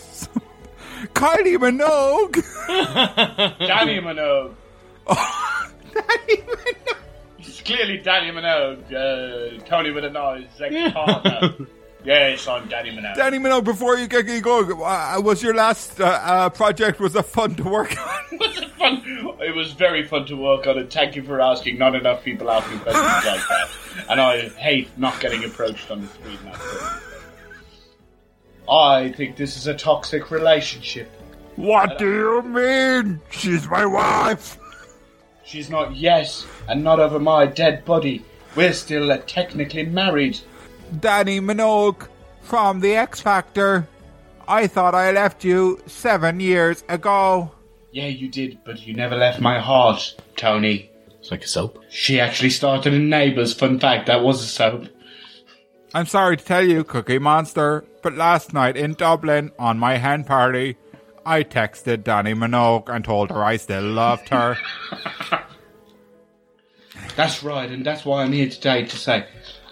Kylie Minogue. Danny Minogue. Danny Minogue. It's clearly Danny Minogue. Uh, Tony with an eye, Zach partner. yes, I'm Danny Minogue. Danny Minogue, before you get get going, uh, was your last uh, uh, project was a fun to work on? was it fun? It was very fun to work on, and thank you for asking. Not enough people ask me questions like that, and I hate not getting approached on the street. Now. I think this is a toxic relationship. What do you mean? She's my wife. She's not yes, and not over my dead body. We're still uh, technically married. Danny Minogue from The X Factor. I thought I left you seven years ago. Yeah, you did, but you never left my heart, Tony. It's like a soap. She actually started in Neighbours. Fun fact, that was a soap. I'm sorry to tell you, Cookie Monster, but last night in Dublin on my hen party, I texted Danny Minogue and told her I still loved her. That's right, and that's why I'm here today to say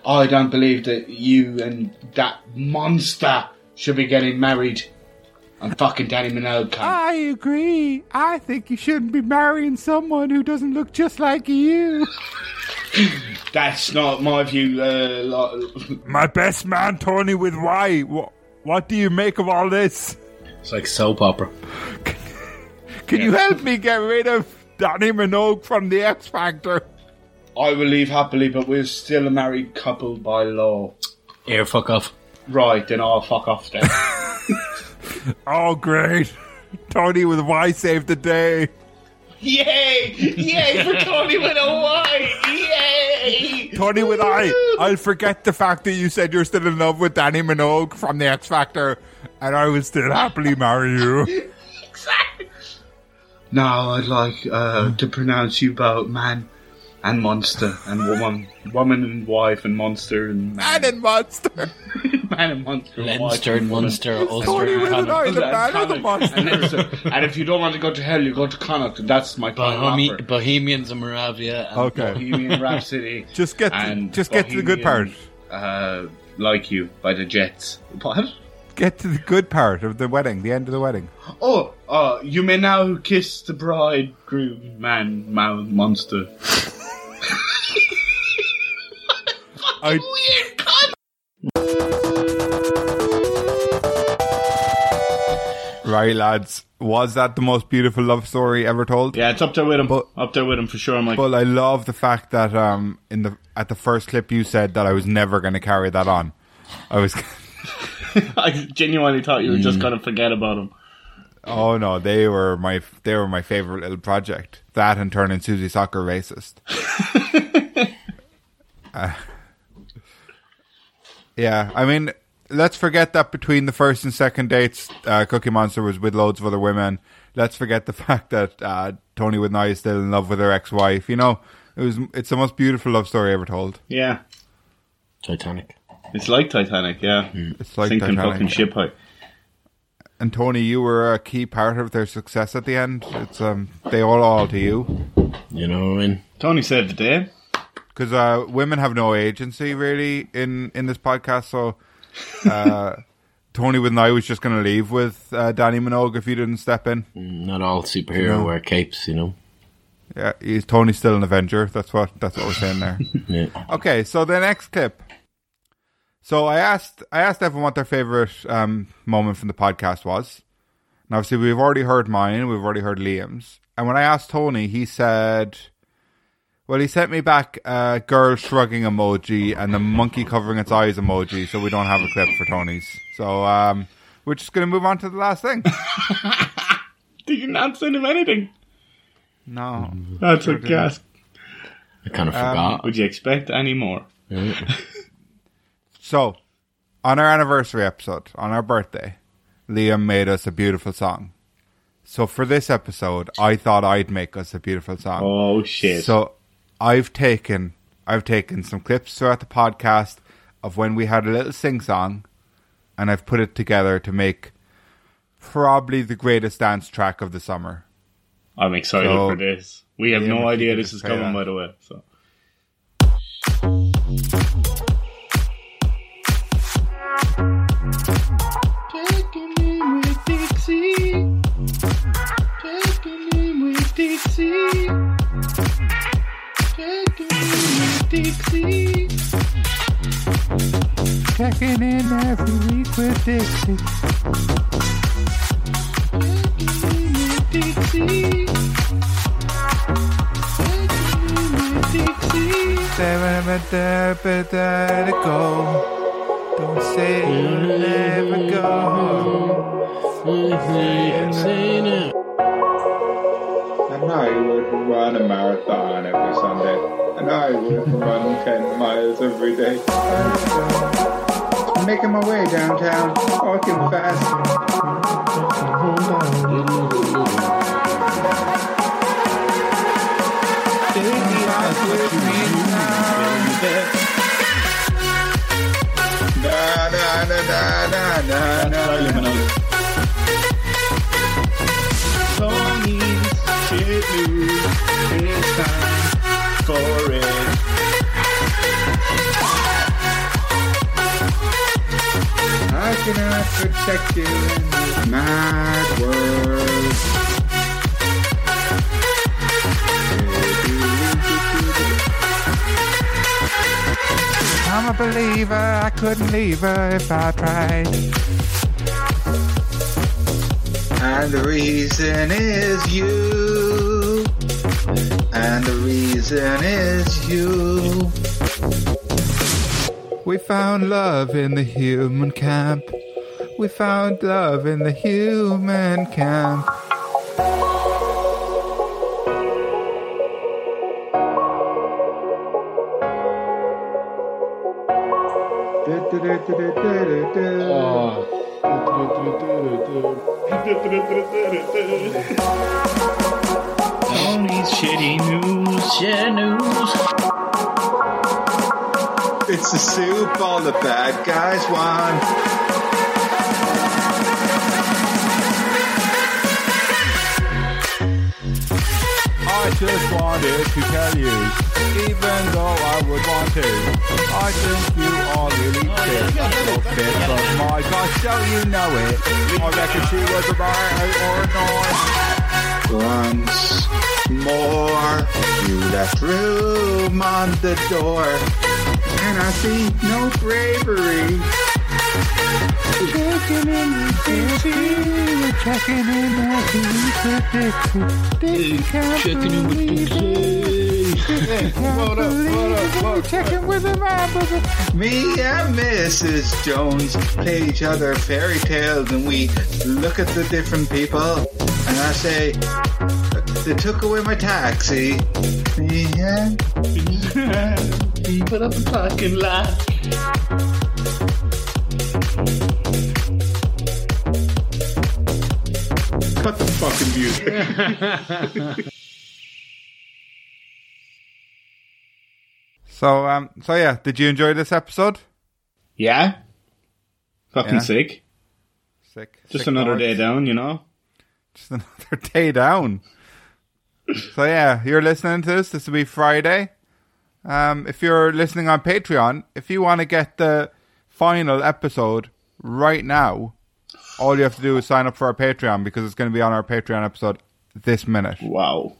I don't believe that you and that monster should be getting married. I'm fucking Danny Minogue. cunt. I agree. I think you shouldn't be marrying someone who doesn't look just like you. That's not my view. Uh, like, my best man, Tony, with Y. What, what do you make of all this? It's like soap opera. Can you help me get rid of Danny Minogue from The X Factor? I will leave happily, but we're still a married couple by law. Here, fuck off. Right, then I'll fuck off then. Oh, great. Tony with Y saved the day. Yay! Yay for Tony with a Y! Yay! Tony with I, I'll forget the fact that you said you're still in love with Danny Minogue from The X Factor, and I will still happily marry you. Now I'd like uh, to pronounce you both man and monster and woman, woman and wife and monster and man. Man and monster. man and monster. Leinster and Munster, Ulster Tony and with an Connacht. eye, the man or the monster? And if you don't want to go to hell, you go to Connacht, and that's my final Bohemi- offer. Bohemians and Moravia. And Okay. Bohemian Rhapsody. Just get and just get to the good part. Uh, like you by the Jets. What? Get to the good part of the wedding, the end of the wedding. Oh, uh, you may now kiss the bridegroom, man, man, monster. I Right, lads. Was that the most beautiful love story ever told? Yeah, it's up there with him. up there with him for sure, Mike. But I love the fact that um in the at the first clip you said that I was never going to carry that on. I was. I genuinely thought you were Mm. just going to forget about him. Oh no, they were my they were my favorite little project. That and turning Susie Soccer racist. Uh, yeah, I mean, let's forget that between the first and second dates, uh, Cookie Monster was with loads of other women. Let's forget the fact that uh, Tony with is still in love with her ex-wife. You know, it was it's the most beautiful love story ever told. Yeah. Titanic. It's like Titanic, yeah. It's like Sinking Mm. Titanic. fucking ship height. And Tony, you were a key part of their success at the end. It's um, they all all to you. You know what I mean? Tony saved the day. Because uh, women have no agency really in in this podcast, so uh, Tony with an eye was just going to leave with uh, Danny Minogue if you didn't step in. Not all superhero No. wear capes, you know. Yeah, he's Tony's still an Avenger. That's what that's what we're saying there. Yeah. Okay, so the next clip. So I asked I asked everyone what their favorite um, moment from the podcast was. And obviously we've already heard mine, we've already heard Liam's. And when I asked Tony, he said well, he sent me back a girl shrugging emoji and the monkey covering its eyes emoji, so we don't have a clip for Tony's. So um, we're just going to move on to the last thing. Did you not send him anything? No. That's Sure a didn't. gas. I kind of Um, forgot. Would you expect any more? So, on our anniversary episode, on our birthday, Liam made us a beautiful song. So for this episode, I thought I'd make us a beautiful song. Oh, shit. So I've taken I've taken some clips throughout the podcast of when we had a little sing song, and I've put it together to make probably the greatest dance track of the summer. I'm excited So- for this. We have Yeah, no if you idea could this just is play coming, that. by the way. So Taking in with Dixie. Taking in with Dixie. Taking in with Dixie. Checking in every week with Dixie. Dixie. Don't say you'll never go. And I would run a marathon every Sunday. And I would run 10 miles every day. I'm making my way downtown, walking fast. Na, na, na, na, na, na, na. Tony's shit news. It's time for it. How can I protect you in this mad world? I'm a believer, I couldn't leave her if I tried. And the reason is you. And the reason is you. We found love in the human camp. We found love in the human camp. Tony's shitty news. Shitty news. It's the soup all the bad guys want. I just wanted to tell you, even though I would want to, I think you are really fit. fit, but my gosh, so you know it. I reckon she was a right or not. Once more, you left room on the door. And I see no bravery. Checking in with Dixie, we're checking in every week with Dixie. Dixie can't checking in with believe it. Dixie can't believe it. Checking with her man, with her Me and Mrs. Jones play each other fairy tales and we look at the different people and I say, they took away my taxi. Yeah. He put up a fucking lot. Cut the fucking music. So, um, so yeah, did you enjoy this episode? Yeah. Fucking Yeah. sick. Sick. Just Sick another dogs. day down, you know? Just another day down. so yeah, you're listening to this. This will be Friday. Um, if you're listening on Patreon, if you want to get the final episode right now, all you have to do is sign up for our Patreon because it's going to be on our Patreon episode this minute. Wow.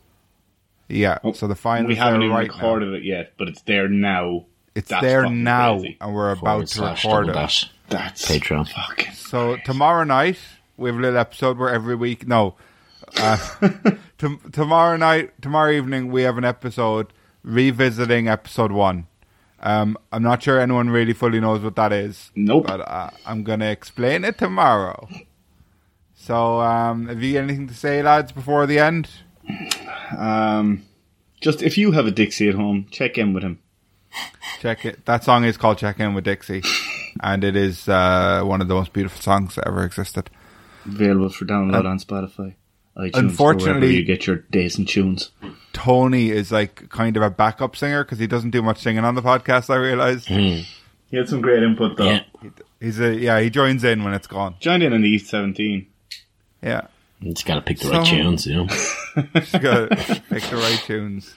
Yeah. So the final Oh, we haven't even right now. recorded it yet, but it's there now. It's That's there fucking now, crazy. and we're Forward about to slash record double it. dash. That's Patreon. fucking So tomorrow night we have a little episode where every week. No, uh, tom tomorrow night, tomorrow evening we have an episode revisiting episode one. Um, I'm not sure anyone really fully knows what that is. Nope. But uh, I'm gonna explain it tomorrow. So, um, have you anything to say, lads, before the end? Um, just if you have a Dixie at home, check in with him. Check it. That song is called "Check In" with Dixie, and it is uh, one of the most beautiful songs that ever existed. Available for download Un- on Spotify. iTunes, Uh, Unfortunately- wherever you get your days and tunes. Tony is like kind of a backup singer because he doesn't do much singing on the podcast. I realized He had some great input though. Yeah. he's a yeah. He joins in when it's gone. Joined in on the East Seventeen. Yeah, You just gotta pick the right So- tunes, you know. Just gotta pick the right tunes.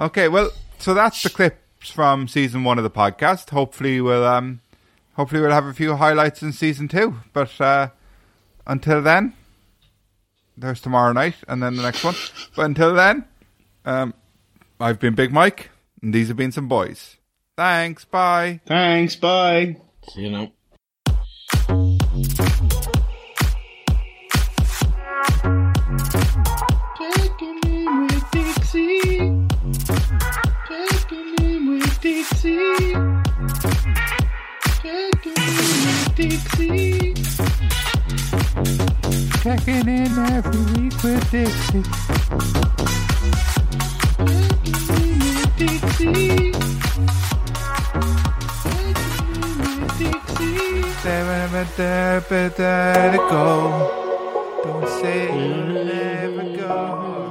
Okay, well, so that's the clips from season one of the podcast. Hopefully, we'll um, hopefully we'll have a few highlights in season two. But uh, until then, there's tomorrow night, and then the next one. But until then, um, I've been Big Mike, and these have been some boys. Thanks. Bye. Thanks. Bye. See you now. Taking in with Dixie. Taking in with Dixie. Taking in with Dixie. Checking in every week with Dixie. Dixie. Don't say you'll never go.